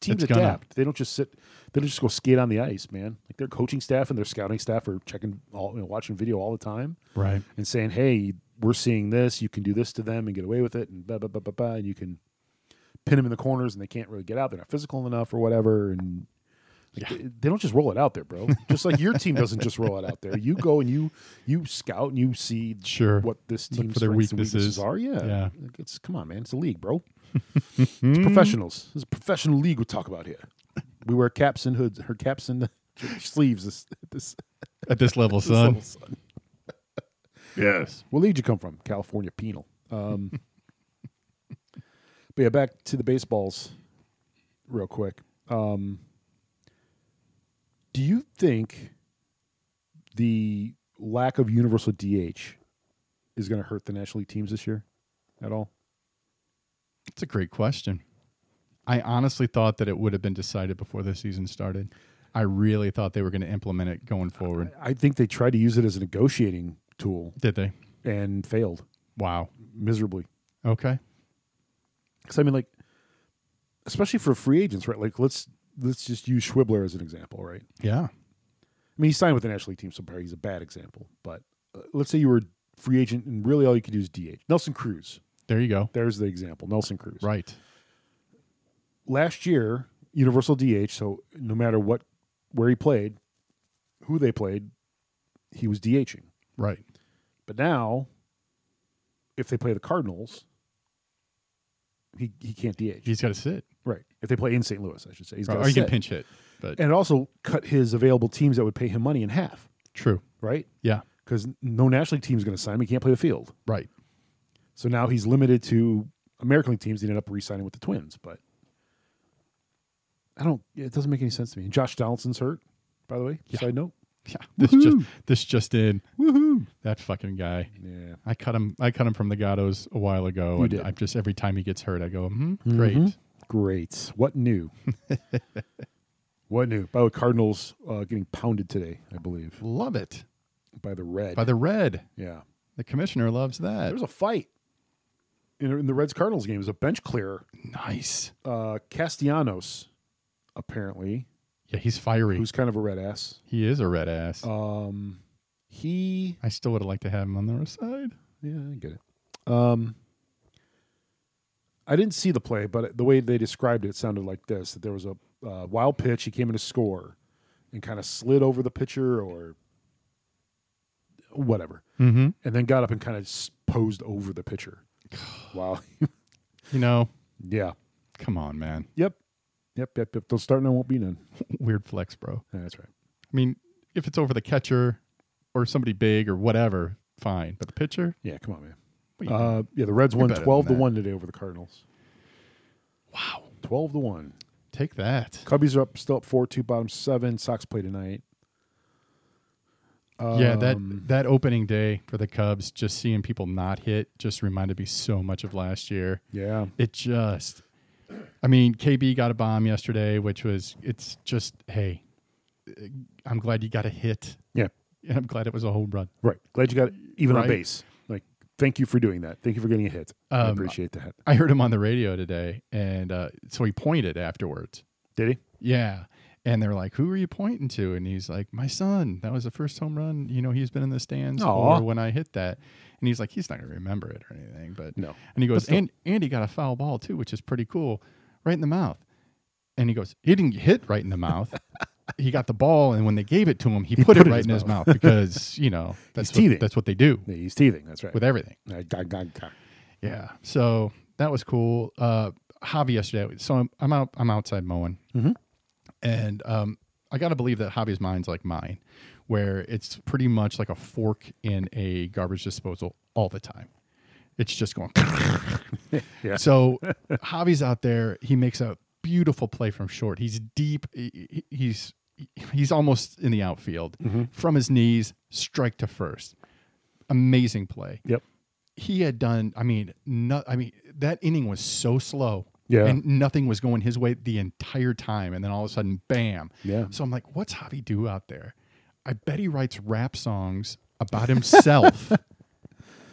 S1: teams
S3: It's gonna-
S1: adapt. They don't just sit. They don't just go skate on the ice, man. Like their coaching staff and their scouting staff are checking, all, you know, watching video all the time
S3: Right.
S1: and saying, "Hey, we're seeing this. You can do this to them and get away with it." And blah blah blah blah blah. And you can pin them in the corners, and they can't really get out. They're not physical enough or whatever. And like, they, they don't just roll it out there, bro. just like your team doesn't just roll it out there. You go and you you scout and you see
S3: Sure.
S1: what this
S3: Look
S1: team's
S3: for their
S1: strengths and
S3: weaknesses.
S1: are. Yeah,
S3: Yeah. Hmm.
S1: Like, It's come on, man. It's a league, bro. it's professionals. It's a professional league we talk about here. We wear caps and hoods, her caps and sleeves. This, this,
S3: At this level,
S1: this
S3: son.
S1: little son.
S3: Yes.
S1: What league you come from? California penal. Um, but yeah, back to the baseballs, real quick. Um, do you think the lack of universal DH is going to hurt the National League teams this year at all?
S3: That's a great question. I honestly thought that it would have been decided before the season started. I really thought they were going to implement it going forward.
S1: I think they tried to use it as a negotiating tool
S3: Did they?
S1: and failed
S3: Wow.
S1: miserably.
S3: Okay.
S1: Because I mean, like, especially for free agents, right? Like, let's let's just use Schwibler as an example, right?
S3: Yeah.
S1: I mean, he signed with the National League team, so probably he's a bad example. But uh, let's say you were free agent, and really all you could do is DH. Nelson Cruz.
S3: There you go.
S1: There's the example. Nelson Cruz.
S3: Right.
S1: Last year, universal DH. So no matter what, where he played, who they played, he was DHing.
S3: Right.
S1: But now, if they play the Cardinals, he he can't DH.
S3: He's got to sit.
S1: right. If they play in St. Louis, I should say. He's got
S3: Or
S1: to
S3: you can
S1: sit.
S3: pinch hit. But
S1: And it also cut his available teams that would pay him money in half,
S3: true.
S1: right?
S3: Yeah.
S1: Because no National League team's going to sign him. He can't play the field.
S3: Right.
S1: So now he's limited to American League teams. He ended up re-signing with the Twins, but I don't. It doesn't make any sense to me. And Josh Donaldson's hurt, by the way.
S3: Yeah.
S1: Side note.
S3: Yeah. This
S1: Woohoo.
S3: just this just in.
S1: Woohoo!
S3: That fucking guy.
S1: Yeah.
S3: I cut him. I cut him from the Gatos a while ago.
S1: You
S3: and
S1: did. Mm-hmm.
S3: I'm just every time he gets hurt, I go, hmm great.
S1: Great. What new? what new? By the way, Cardinals uh, getting pounded today, I believe,
S3: Love it.
S1: by the Red.
S3: By the red,
S1: yeah.
S3: the commissioner loves that.
S1: There was a fight in, in the Reds Cardinals game. It was a bench clearer.
S3: nice.
S1: Uh, Castellanos, apparently,
S3: Yeah, he's fiery.
S1: who's kind of a red ass.
S3: he is a red ass.
S1: Um, he
S3: I still would have liked to have him on the other side.
S1: Yeah, I get it. Um, I didn't see the play, but the way they described it, sounded like this: that there was a uh, wild pitch. He came in to score, and kind of slid over the pitcher or whatever,
S3: Mm-hmm.
S1: and then got up and kind of s- posed over the pitcher. wow.
S3: You know,
S1: yeah.
S3: come on, man.
S1: Yep. Yep. Yep. Yep. They'll start and there won't be none.
S3: Weird flex, bro.
S1: Yeah, that's right.
S3: I mean, if it's over the catcher or somebody big or whatever, fine. But the pitcher,
S1: Yeah. Come on, man.
S3: What are you
S1: Uh, yeah, the Reds won
S3: better than
S1: twelve to
S3: that.
S1: one today over the Cardinals.
S3: wow,
S1: Twelve to one.
S3: take that.
S1: Cubbies are up, still up four two, bottom seven. Sox play tonight.
S3: yeah, that
S1: Um,
S3: that opening day for the Cubs, just seeing people not hit, just reminded me so much of last year.
S1: yeah,
S3: It just, I mean, KB got a bomb yesterday, which was it's just hey, I'm glad you got a hit,
S1: yeah,
S3: and I'm glad it was a home run.
S1: right. Glad you got even on
S3: Right.
S1: base. Like, thank you for doing that. Thank you for getting a hit. I
S3: Um,
S1: appreciate that.
S3: I heard him on the radio today, and uh, so he pointed afterwards.
S1: Did he?
S3: Yeah. And they're like, who are you pointing to? And he's like, my son. That was the first home run. You know, he's been in the stands
S1: Aw.
S3: for when I hit that. And he's like, he's not going to remember it or anything. But
S1: No.
S3: And he goes, and and he got a foul ball too, which is pretty cool, right in the mouth. And he goes, he didn't get hit right in the mouth. he got the ball, and when they gave it to him, he, put, it right in his mouth, because you know that's
S1: teething.
S3: what, that's what they do
S1: Yeah, he's teething. That's right.
S3: with everything.
S1: Uh, ga- ga- ga.
S3: Yeah. So that was cool. Uh, Javi yesterday. So I'm, I'm out. I'm outside mowing,
S1: Mhm.
S3: and um, I gotta believe that Javi's mind's like mine, where it's pretty much like a fork in a garbage disposal all the time. It's just going.
S1: Yeah.
S3: So Javi's out there. He makes a beautiful play from short. He's deep. he- he- He's he's almost in the outfield from his knees. Strike to first. Amazing play
S1: Yep.
S3: he had done. I mean, no, I mean that inning was so slow.
S1: Yeah.
S3: and nothing was going his way the entire time, and then all of a sudden, bam!
S1: Yeah.
S3: So I'm like, what's Javi do out there? I bet he writes rap songs about himself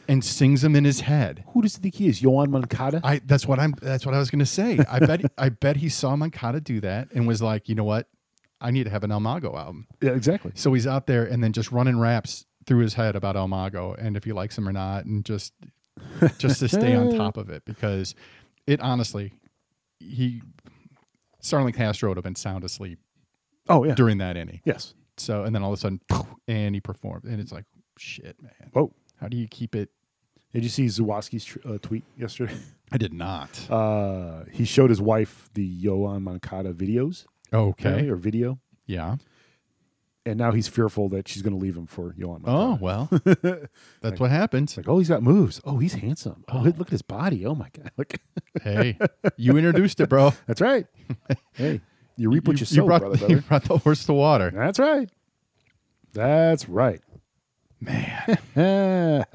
S3: and sings them in his head.
S1: Who does he think he is? Yohan Moncada.
S3: I that's what I'm that's what I was gonna say. I bet I bet he saw Mancada do that and was like, you know what? I need to have an El Mago album.
S1: yeah, exactly.
S3: So he's out there and then just running raps through his head about El Mago and if he likes him or not, and just just to stay on top of it because it honestly, he Starling Castro would have been sound asleep
S1: Oh yeah.
S3: during that inning.
S1: yes.
S3: So and then all of a sudden, and he performed, and it's like, shit, man,
S1: Whoa.
S3: how do you keep it?
S1: Did you see Zawoski's tr- uh, tweet yesterday?
S3: I did not.
S1: Uh, he showed his wife the Yohan Moncada videos, apparently,
S3: okay,
S1: or video,
S3: yeah.
S1: and now he's fearful that she's going to leave him for Yohan. Moncada.
S3: Oh well, that's what happens.
S1: It's like, oh, he's got moves. Oh, he's handsome. Oh, look at his body. Oh my god. Look.
S3: hey, you introduced it, bro.
S1: That's right. hey, you reap what you, sow,
S3: brought,
S1: brother.
S3: you
S1: brother.
S3: brought the horse to water.
S1: That's right. That's right.
S3: Man,
S1: oh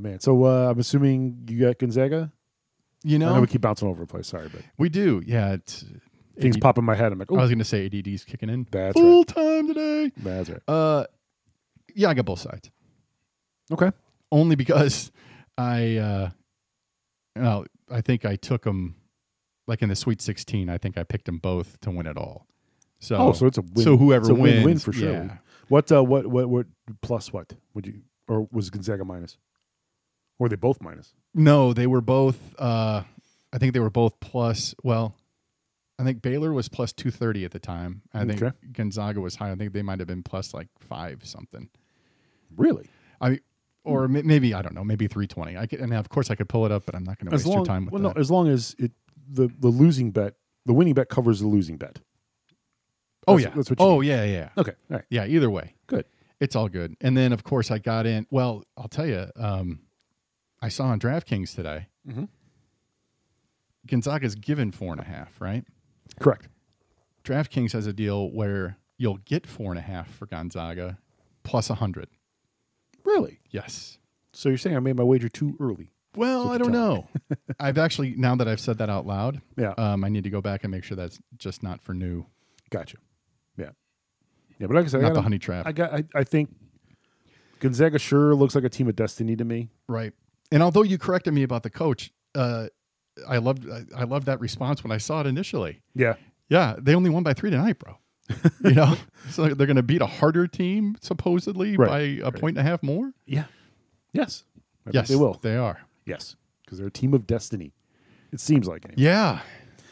S1: man. So uh, I'm assuming you got Gonzaga.
S3: you
S1: I know
S3: know
S1: we
S3: we,
S1: keep bouncing all over the place. Sorry, but
S3: do. Yeah, it's,
S1: things
S3: AD
S1: pop in my head. I'm like,
S3: I
S1: oh,
S3: was gonna say ADD's kicking in
S1: That's
S3: full time today.
S1: that's right.
S3: Uh, yeah, I got both sides
S1: Okay.
S3: only because I, uh, well, I think I took them like in the Sweet Sixteen. I think I picked them both to win it all. So
S1: Oh, so it's a win.
S3: so whoever
S1: it's a win-win
S3: wins,
S1: for sure.
S3: yeah.
S1: What? Uh, what? What? What? Plus what? Would you? or was Gonzaga minus? Or were they both minus?
S3: No, they were both. Uh, I think they were both plus. Well, I think Baylor was plus two thirty at the time. I think
S1: Okay.
S3: Gonzaga was high. I think they might have been plus like five something.
S1: Really?
S3: I or may- maybe I don't know. Maybe three twenty. I could, and of course I could pull it up, but I'm not going to waste
S1: long,
S3: your time with
S1: well,
S3: that.
S1: no, as long as it the the losing bet, the winning bet covers the losing bet.
S3: oh
S1: that's-
S3: yeah.
S1: that's what you
S3: oh yeah, yeah.
S1: Okay, all right,
S3: Yeah. Either way,
S1: good.
S3: it's all good. And then of course I got in. Well, I'll tell you. Um, I saw on DraftKings today.
S1: Mhm.
S3: Gonzaga's given four and a half, right?
S1: Correct.
S3: DraftKings has a deal where you'll get four and a half for Gonzaga plus a hundred.
S1: Really?
S3: Yes.
S1: So you're saying I made my wager too early?
S3: Well, I
S1: That's what
S3: don't
S1: you're
S3: know. I've actually now that I've said that out loud,
S1: Yeah,
S3: um, I need to go back and make sure that's just not for new,
S1: gotcha. Yeah, yeah. But like I said, I
S3: not
S1: got,
S3: the
S1: a-
S3: honey trap,
S1: I got. I, I think Gonzaga sure looks like a team of destiny to me.
S3: right? And although you corrected me about the coach, uh, I loved I, I loved that response when I saw it initially.
S1: Yeah,
S3: Yeah, they only won by three tonight, bro. you know, so they're going to beat a harder team supposedly
S1: Right,
S3: by a point and a half more.
S1: yeah, yes, I think
S3: yes,
S1: they will.
S3: They are.
S1: yes, because they're a team of destiny. It seems like anyway.
S3: Yeah.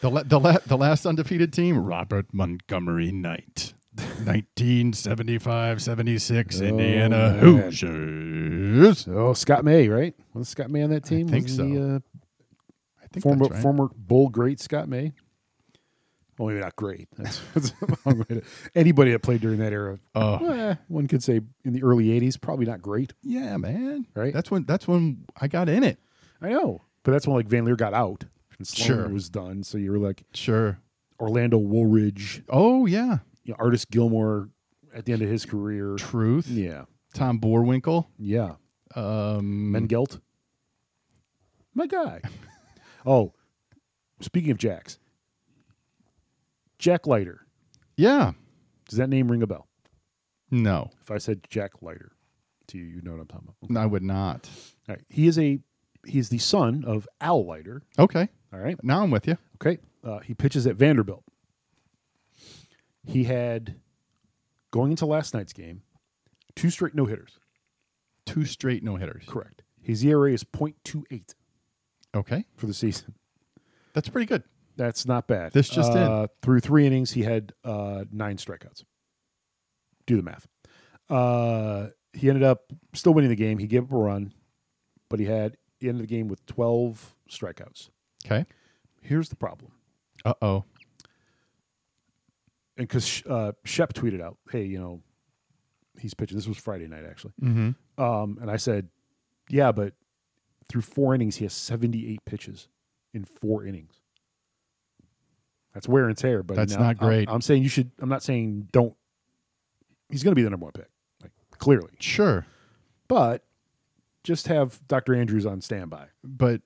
S3: The, la- the, la- the last undefeated team, Robert Montgomery Knight. 1975 76 Indiana
S1: Oh, man.
S3: Hoosiers.
S1: Oh, Scott May, right? Was Scott May on that team?
S3: think
S1: Wasn't He,
S3: so.
S1: uh,
S3: I think
S1: former
S3: that's right.
S1: former bowl great Scott May. Well, maybe not great. That's, that's a long way to, anybody that played during that era.
S3: Oh.
S1: eh, one could say in the early '80s, probably not great.
S3: Yeah, man.
S1: Right?
S3: That's when that's when I got in it.
S1: I know, but that's when like Van Leer got out and Sloan
S3: Sure.
S1: was done. So you were like
S3: Sure.
S1: Orlando Woolridge,
S3: Oh, yeah.
S1: you know, Artis Gilmore at the end of his career.
S3: Truth.
S1: Yeah,
S3: Tom Borwinkle.
S1: yeah.
S3: Um,
S1: Mengelt, my guy. oh, speaking of Jacks, Jack Lighter.
S3: yeah.
S1: Does that name ring a bell?
S3: No,
S1: If I said Jack Lighter to you, you know what I'm talking about.
S3: I would not.
S1: All right. He is a he is the son of Al Lighter.
S3: Okay.
S1: All right.
S3: Now I'm with you.
S1: Okay. Uh, he pitches at Vanderbilt. He had going into last night's game two straight no hitters.
S3: Two straight no hitters.
S1: Correct. His ERA is 0.28
S3: Okay.
S1: for the season.
S3: That's pretty good.
S1: That's not bad.
S3: This just in.
S1: uh, Through three innings, he had uh, nine strikeouts. Do the math. Uh, he ended up still winning the game. He gave up a run, but he had he ended the game with twelve strikeouts.
S3: Okay.
S1: Here's the problem,
S3: Uh oh.
S1: and because uh, Shep tweeted out, "Hey, you know, he's pitching." This was Friday night actually,
S3: Mm-hmm.
S1: um, and I said, "Yeah, but through four innings, he has seventy-eight pitches in four innings. That's wear and tear, but
S3: That's not great.
S1: I'm, I'm saying you should. I'm not saying don't. He's going to be the number one pick, like clearly,
S3: Sure.
S1: but just have Dr. Andrews on standby
S3: But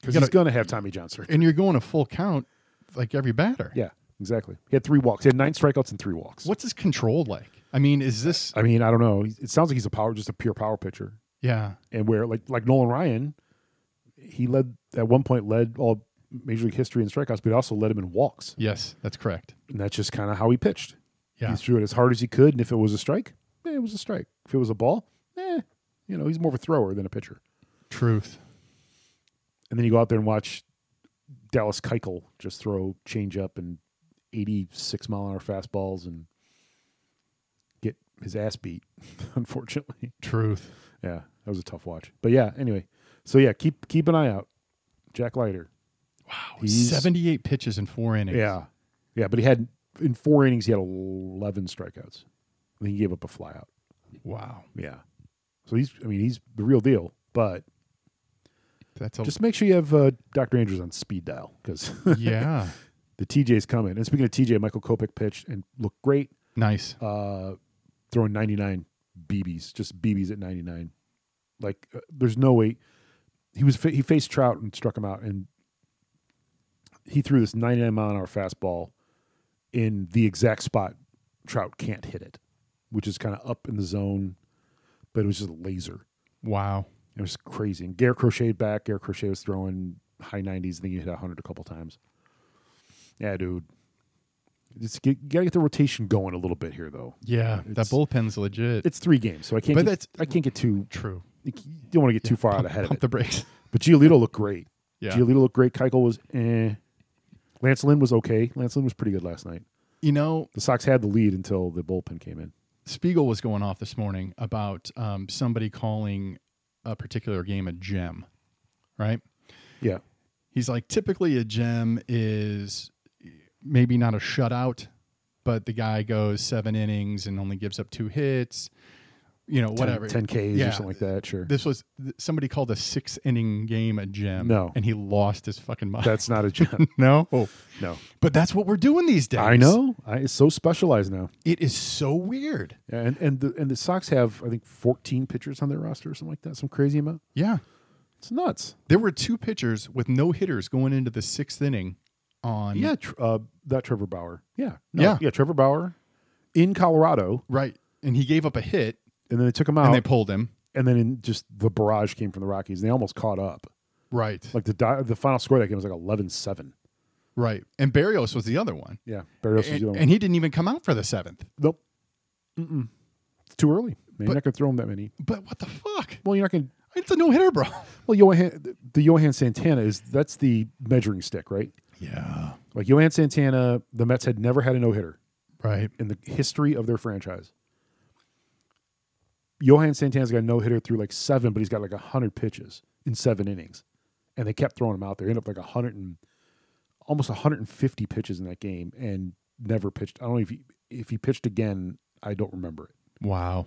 S1: because
S3: You
S1: he's
S3: gotta-
S1: going to have Tommy John surgery.
S3: and you're going a full count like every batter.
S1: Yeah, exactly. He had three walks. He had nine strikeouts and three walks.
S3: What's his control like? I mean, is this
S1: I mean, I don't know. It sounds like he's a power, just a pure power pitcher.
S3: yeah.
S1: and where like like Nolan Ryan, he led at one point led all major league history in strikeouts, but he also led him in walks,
S3: Yes, that's correct.
S1: and that's just kind of how he pitched.
S3: Yeah.
S1: He threw it as hard as he could, and if it was a strike, eh, it was a strike. If it was a ball, eh, you know, he's more of a thrower than a pitcher.
S3: Truth.
S1: And then you go out there and watch Dallas Keuchel just throw change up and eighty six mile an hour fastballs and get his ass beat, unfortunately.
S3: Truth.
S1: Yeah, that was a tough watch. But yeah, anyway. So yeah, keep keep an eye out. Jack Leiter.
S3: Wow.
S1: He's-
S3: 78 pitches in 4 innings.
S1: Yeah. Yeah, but he had in four innings he had 11 strikeouts. And he gave up a flyout.
S3: Wow.
S1: Yeah. So he's I mean, he's the real deal, but
S3: That's a
S1: just make sure you have uh, Dr. Andrews on speed dial cuz
S3: yeah.
S1: the TJ's coming. And speaking of TJ, Michael Kopic pitched and looked great.
S3: Nice.
S1: Uh throwing 99 BBs, just BBs at 99. Like uh, there's no way he was fa- he faced Trout and struck him out and he threw this 99 mile an hour fastball in the exact spot Trout can't hit it, which is kind of up in the zone, but it was just a laser.
S3: Wow.
S1: It was crazy. And Gare crocheted back. Gare Crochet was throwing high 90s. I think he hit 100 a couple times. Yeah, dude. It's, you got to get the rotation going a little bit here, though.
S3: Yeah, that
S1: It's-
S3: bullpen's legit.
S1: It's three games, so I can't.
S3: But
S1: Get,
S3: that's-
S1: I can't get too.
S3: true.
S1: You don't want to get too far out
S3: Pump-
S1: ahead of
S3: pump
S1: it.
S3: the brakes.
S1: But Giolito looked great.
S3: Yeah.
S1: Giolito looked great. Keuchel was eh. Lance Lynn was okay. Lance Lynn was pretty good last night.
S3: You know,
S1: The Sox had the lead until the bullpen came in.
S3: Spiegel was going off this morning about um, somebody calling a particular game a gem, right?
S1: Yeah,
S3: He's like, typically a gem is maybe not a shutout, but the guy goes seven innings and only gives up two hits, you know, whatever.
S1: ten Ks
S3: Yeah.
S1: or something like that. Sure,
S3: This was th- somebody called a six inning game a gem.
S1: No.
S3: And he lost his fucking mind.
S1: that's not a gem.
S3: no.
S1: no,
S3: But that's what we're doing these days.
S1: I know. I, it's so specialized now.
S3: It is so weird.
S1: Yeah, and and the and the Sox have I think fourteen pitchers on their roster or something like that. Some crazy amount.
S3: Yeah.
S1: It's nuts.
S3: There were two pitchers with no hitters going into the sixth inning on
S1: Yeah, tr- uh, that Trevor Bauer. Yeah,
S3: Um, Yeah.
S1: yeah. Trevor Bauer in Colorado,
S3: right. And he gave up a hit
S1: and then they took him out,
S3: and
S1: and,
S3: they pulled him.
S1: then in just the barrage came from the Rockies. And they almost caught up.
S3: Right.
S1: Like the di- the final score of that game was like 11-7.
S3: right. And Barrios was the other one.
S1: Yeah, Barrios was
S3: And,
S1: doing
S3: and he didn't even come out for the seventh.
S1: nope. Mm-mm. It's too early. Man,
S3: But-
S1: you're not gonna throw him that many.
S3: But what the fuck?
S1: Well, you're not gonna.
S3: It's a no hitter, bro.
S1: Well, Johan, the Johan Santana is that's the measuring stick, right?
S3: Yeah.
S1: Like Johan Santana, the Mets had never had a no hitter.
S3: Right.
S1: in the history of their franchise. Johan Santana's got a no hitter through like seven, but he's got like hundred pitches in seven innings, and they kept throwing him out there. Ended up like hundred and almost hundred and fifty pitches in that game, and never pitched. I don't know if he if he pitched again. I don't remember it.
S3: Wow.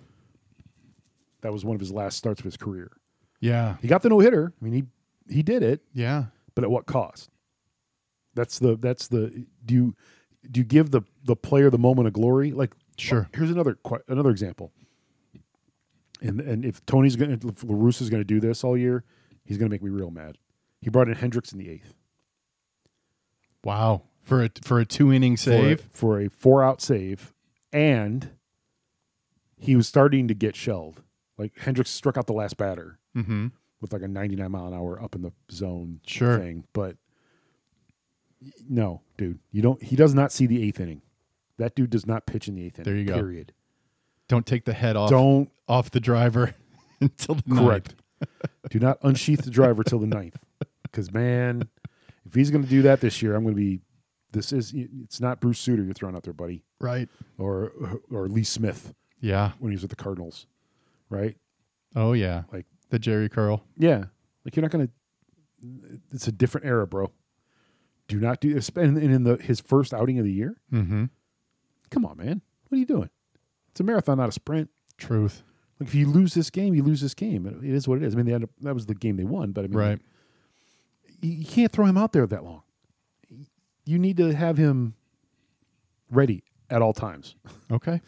S1: That was one of his last starts of his career.
S3: Yeah.
S1: He got the no hitter. I mean, he he did it,
S3: Yeah.
S1: but at what cost? That's the that's the do you do you give the the player the moment of glory? Like
S3: Sure.
S1: here's another que- another example. And and if Tony's going to if Larusse is going to do this all year, he's going to make me real mad. He brought in Hendricks in the eighth
S3: Wow. For a for a two inning
S1: for a-
S3: save.
S1: for a, four out save, and he was starting to get shelled. Like Hendricks struck out the last batter
S3: Mm-hmm.
S1: with like a 99 mile an hour up in the zone
S3: Sure.
S1: thing, but y- no, dude, you don't. He does not see the eighth inning. That dude does not pitch in the eighth inning.
S3: There you go.
S1: Period.
S3: Don't take the head off
S1: Don't
S3: off the driver until the ninth.
S1: Correct. do not unsheath the driver till the ninth. Because man, if he's going to do that this year, I'm going to be. This is it's not Bruce Sutter you're throwing out there, buddy,
S3: Right.
S1: or or Lee Smith
S3: Yeah.
S1: when he was with the Cardinals, right?
S3: Oh yeah.
S1: Like-
S3: the Jerry curl.
S1: Yeah, like you're not going to. It's a different era, bro. Do not do this. And in the his first outing of the year,
S3: Mm-hmm.
S1: come on, man, what are you doing? It's a marathon, not a sprint.
S3: Truth.
S1: Like if you lose this game, you lose this game. It- It is what it is. I mean, they had a, that was the game they won, but I mean,
S3: Right.
S1: you, you can't throw him out there that long. You need to have him ready at all times.
S3: Okay.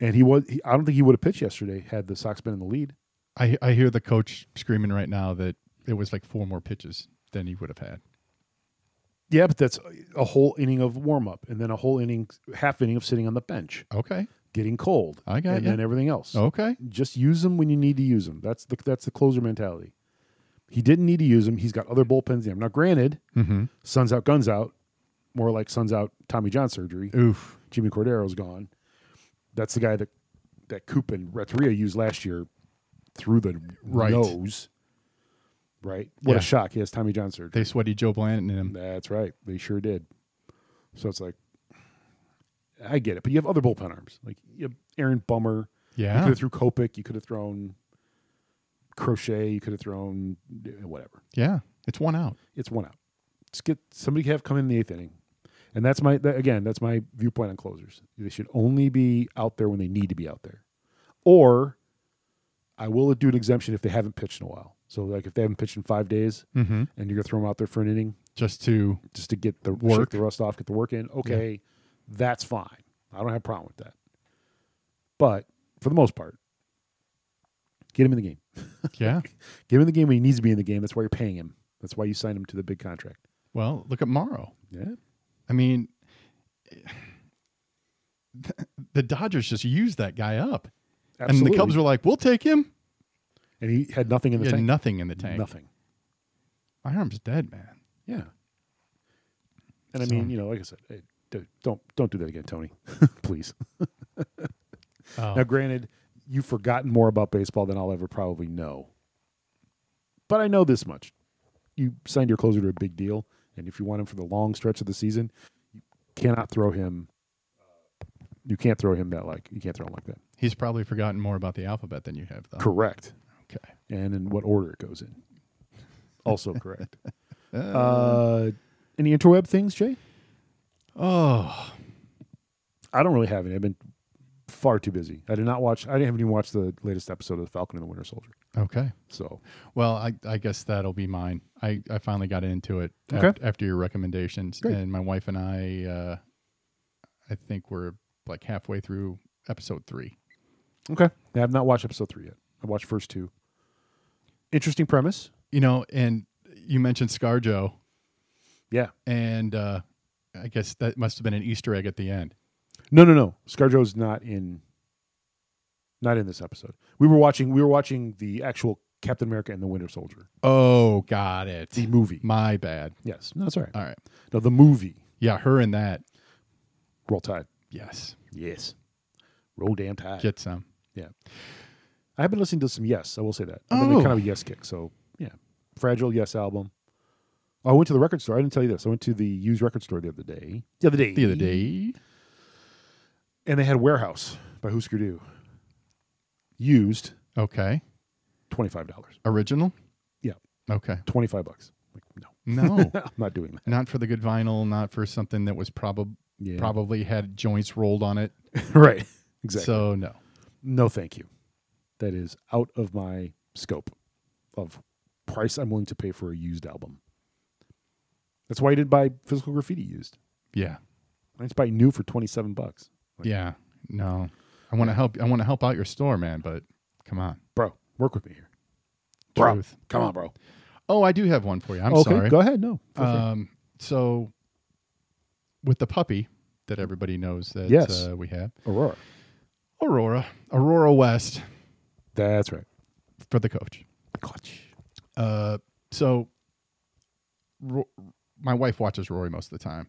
S1: And he was he, I don't think he would have pitched yesterday had the Sox been in the lead.
S3: I I hear the coach screaming right now that it was like four more pitches than he would have had.
S1: Yeah, but that's a whole inning of warm up and then a whole inning half inning of sitting on the bench,
S3: Okay.
S1: getting cold.
S3: I got
S1: and
S3: ya. Oh.
S1: then everything else.
S3: Okay.
S1: Just use them when you need to use them. That's the that's the closer mentality. He didn't need to use them. He's got other bullpens in him. Now granted,
S3: Mm-hmm.
S1: sun's out, guns out, more like sun's out Tommy John surgery.
S3: Oof.
S1: Jimmy Cordero's gone. That's the guy that that Coop and Reteria used last year through the
S3: Right.
S1: nose. Right. What
S3: Yeah.
S1: a shock! He has Tommy John surgery.
S3: They sweaty Joe Blanton in him.
S1: That's right. They sure did. So it's like, I get it, but you have other bullpen arms like you have Aaron Bummer. You could
S3: Yeah.
S1: have threw Kopic. You could have thrown Crochet. You could have thrown eh, whatever.
S3: Yeah. It's one out.
S1: It's one out. Let's get somebody have come in the eighth inning, and that's my that, again. That's my viewpoint on closers. They should only be out there when they need to be out there, or I will do an exemption if they haven't pitched in a while. So like if they haven't pitched in five days,
S3: Mm-hmm.
S1: and you're gonna throw them out there for an inning
S3: Just to
S1: just to get the shake
S3: Work.
S1: the rust off, get the work in. Okay, that's fine. I don't have a problem with that. But for the most part, get him in the game.
S3: yeah.
S1: Get him in the game when he needs to be in the game. That's why you're paying him. That's why you signed him to the big contract.
S3: Well, look at Morrow.
S1: Yeah.
S3: I mean, the Dodgers just used that guy up,
S1: Absolutely.
S3: and the Cubs were like, "We'll take him."
S1: and he had nothing in the
S3: He had
S1: tank.
S3: nothing in the tank.
S1: Nothing.
S3: My arm's dead, man.
S1: Yeah. And I
S3: So-
S1: mean, you know, like I said, it, d- don't don't do that again, Tony. Please.
S3: Oh,
S1: Now, granted, you've forgotten more about baseball than I'll ever probably know. But I know this much. You signed your closer to a big deal, and if you want him for the long stretch of the season, you cannot throw him. You can't throw him that like you can't throw him like that.
S3: he's probably forgotten more about the alphabet than you have, though.
S1: Correct.
S3: Okay.
S1: And in what order it goes in. Also correct.
S3: Uh,
S1: Uh, any interweb things, Jay?
S3: oh,
S1: I don't really have any. I've been far too busy. I did not watch. I haven't even watched the latest episode of The Falcon and the Winter Soldier.
S3: okay.
S1: So
S3: Well, I, I guess that'll be mine. I, I finally got into it af-
S1: Okay.
S3: after, your recommendations,
S1: Great.
S3: and my wife and I, uh, I think we're like halfway through episode three.
S1: Okay. I have not watched episode three yet. I watched first two. Interesting premise.
S3: You know, and you mentioned ScarJo,
S1: Yeah.
S3: and uh, I guess that must have been an Easter egg at the end.
S1: No, no, no. ScarJo's not in. Not in this episode. We were watching. We were watching the actual Captain America and the Winter Soldier,
S3: Oh, got it.
S1: the movie.
S3: My bad.
S1: Yes, no, that's all right.
S3: All right.
S1: No, the movie.
S3: Yeah, her and that.
S1: Roll Tide.
S3: Yes.
S1: Yes. Roll damn tide.
S3: Get some.
S1: I have been listening to some Yes. I will say that. I've been
S3: Oh.
S1: kind of a Yes kick. So yeah, Fragile Yes album. Oh, I went to the record store. I didn't tell you this. I went to the used record store the other day. The other day.
S3: The other day.
S1: and they had Warehouse by Husker Du. Used
S3: Okay.
S1: twenty five dollars,
S3: Original?
S1: Yeah.
S3: Okay.
S1: twenty five bucks. Like no,
S3: No.
S1: I'm not doing that.
S3: not for the good vinyl, not for something that was probably
S1: Yeah,
S3: probably had joints rolled on it.
S1: right. Exactly.
S3: So no.
S1: no, thank you. That is out of my scope of price I'm willing to pay for a used album. That's why I didn't buy physical graffiti used.
S3: Yeah.
S1: I just buy new for twenty seven bucks, Like-
S3: Yeah. No. I want to help I want to help out your store, man, but come on.
S1: bro. Work with me here, bro.
S3: Truth.
S1: Come on, bro.
S3: Oh, I do have one for you. I'm
S1: okay,
S3: sorry.
S1: go ahead. No, feel free.
S3: Um so with the puppy that everybody knows that
S1: Yes.
S3: uh, we have.
S1: Aurora.
S3: Aurora. Aurora West
S1: That's right.
S3: for the coach.
S1: Clutch.
S3: Uh, so Ro- my wife watches Rory most of the time.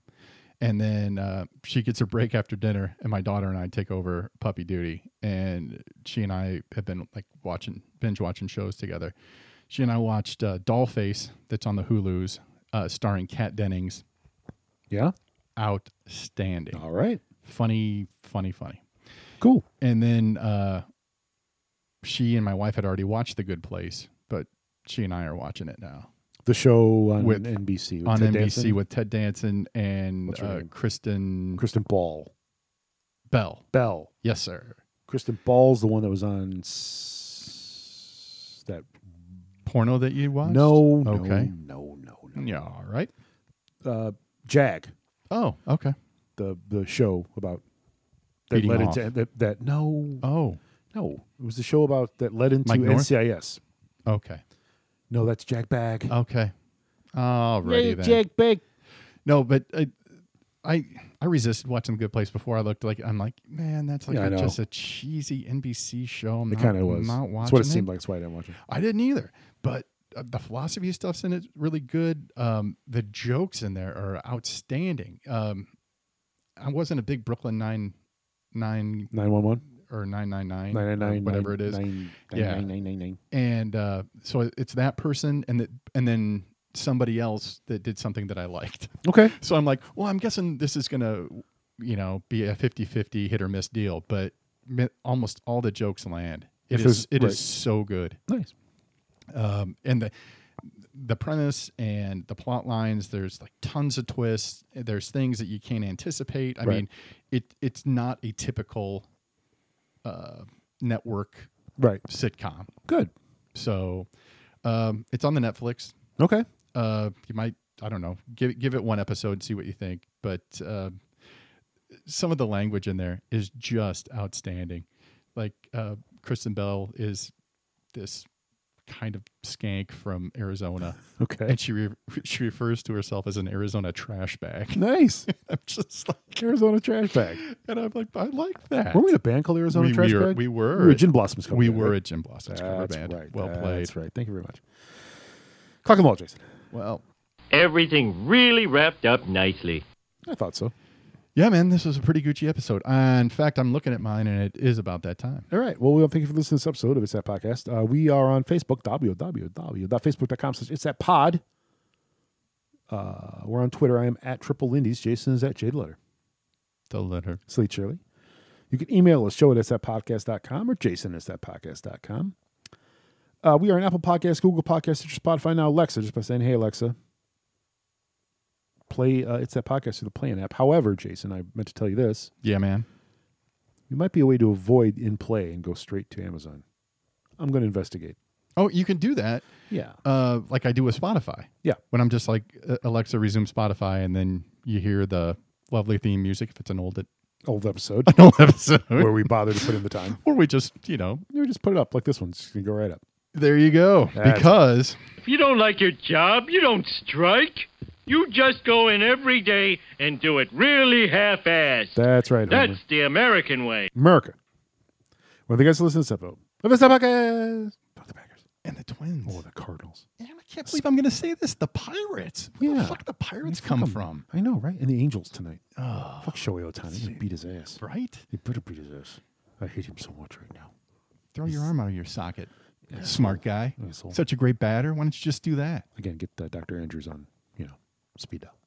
S3: And then uh, she gets a break after dinner, and my daughter and I take over puppy duty. And she and I have been like watching binge watching shows together. She and I watched uh, Dollface, that's on the Hulu's, uh, starring Kat Dennings.
S1: Yeah.
S3: Outstanding,
S1: All right.
S3: funny, funny, funny.
S1: Cool.
S3: And then uh, she and my wife had already watched The Good Place, but she and I are watching it now.
S1: the show on
S3: With-
S1: NBC with
S3: on
S1: Ted
S3: NBC
S1: Danson,
S3: with Ted Danson and
S1: What's her
S3: uh,
S1: name?
S3: Kristen
S1: Kristen Ball.
S3: Bell.
S1: Bell.
S3: Yes, sir.
S1: Kristen Ball's the one that was on s- that.
S3: Porno that you watched?
S1: No, no,
S3: Okay.
S1: no, no, no.
S3: Yeah, all right.
S1: Uh, Jag,
S3: Oh, okay.
S1: the the show about that
S3: Beating
S1: led
S3: off.
S1: into that, that no
S3: Oh,
S1: no it was the show about that led into
S3: Mike North?
S1: NCIS.
S3: okay.
S1: No, that's Jag Bag.
S3: Okay. All righty Oh, then.
S1: Bag.
S3: No, but I, I I resisted watching The Good Place before. I looked like I'm like, man, that's like
S1: Yeah, I
S3: a,
S1: know.
S3: just a cheesy NBC show. I'm
S1: It
S3: not-
S1: kind of was.
S3: Not watching
S1: That's what it seemed like. That's why I didn't watch it.
S3: I didn't either. But uh, the philosophy stuff's in it really good. Um, the jokes in there are outstanding. Um, I wasn't a big Brooklyn Nine Nine
S1: Nine one one.
S3: or Nine Nine Nine
S1: Nine nine nine.
S3: whatever it is,
S1: Nine, nine,
S3: Yeah.
S1: nine, nine, nine, nine.
S3: and uh, so it's that person and that and then somebody else that did something that I liked.
S1: Okay.
S3: So I'm like, well, I'm guessing this is gonna, you know, be a 50-50 hit or miss deal. But mi- almost all the jokes land. It
S1: If
S3: is
S1: there's-
S3: it
S1: right.
S3: is so good.
S1: Nice.
S3: um, and the the premise and the plot lines there's like tons of twists there's things that you can't anticipate i
S1: Right.
S3: mean it it's not a typical uh, network
S1: Right.
S3: sitcom
S1: Good.
S3: so um, it's on the netflix
S1: Okay.
S3: uh, you might i don't know give, give it one episode see what you think but uh, some of the language in there is just outstanding like uh, kristen bell is this kind of skank from arizona
S1: Okay.
S3: and she re- she refers to herself as an Arizona trash bag.
S1: Nice.
S3: I'm just like,
S1: Arizona trash bag.
S3: and I'm like, I like that.
S1: Were we in a band called Arizona
S3: we,
S1: Trash
S3: were,
S1: Bag?
S3: we
S1: We
S3: were,
S1: were a Gin Blossoms cover
S3: we
S1: band,
S3: were
S1: right?
S3: a Jim Blossom's cover
S1: That's
S3: band.
S1: right.
S3: Well played.
S1: That's right. Thank you very much. Cock and ball, Jason.
S3: Well,
S2: Everything really wrapped up nicely.
S1: I thought so.
S3: Yeah, man, this was a pretty Gucci episode. Uh, in fact, I'm looking at mine, and it is about that time.
S1: All right. Well, we want to thank you for listening to this episode of It's That Podcast. Uh, we are on Facebook, www.facebook.com slash It's That Pod. Uh, we're on Twitter. I am at Triple Lindy's. Jason is at Jade Letter.
S3: The letter.
S1: Slate Shirley. You can email us, show it at thatpodcast.com or jason at thatpodcast.com. Uh, we are on Apple Podcasts, Google Podcasts, Stitcher, Spotify, now Alexa, just by saying, hey, Alexa, play uh, It's That Podcast through the Playing app. However, Jason, I meant to tell you this.
S3: Yeah, man.
S1: It might be a way to avoid in play and go straight to Amazon. I'm going to investigate.
S3: Oh, you can do that,
S1: Yeah.
S3: uh, like I do with Spotify.
S1: Yeah.
S3: When I'm just like uh, Alexa, resume Spotify, and then you hear the lovely theme music if it's an old an
S1: Old episode
S3: old episode,
S1: where
S3: or,
S1: we bothered to put in the time.
S3: we just you know
S1: You just put it up like this one. It's going to go right up.
S3: there you go
S1: That's-
S3: because
S2: If you don't like your job, you don't strike. You just go in every day and do it really half-assed.
S1: That's right, Homer.
S2: That's the American way.
S1: America. Well, thank you guys for listening to this episode of It's That Podcast. Fuck the Packers.
S3: and the twins.
S1: Oh, the Cardinals.
S3: Yeah, I can't believe I'm going to say this. The pirates. Where the
S1: Yeah.
S3: fuck the pirates come from?
S1: I know, right? And the Angels tonight.
S3: Oh,
S1: Fuck Shohei Otani. He beat his ass.
S3: right.
S1: He better beat his ass. I hate him so much right now.
S3: Throw your arm out of your socket. Smart guy.
S1: Asshole.
S3: Such a great batter. Why don't you just do that?
S1: Again, get uh, Dr. Andrews on, you know, speed up.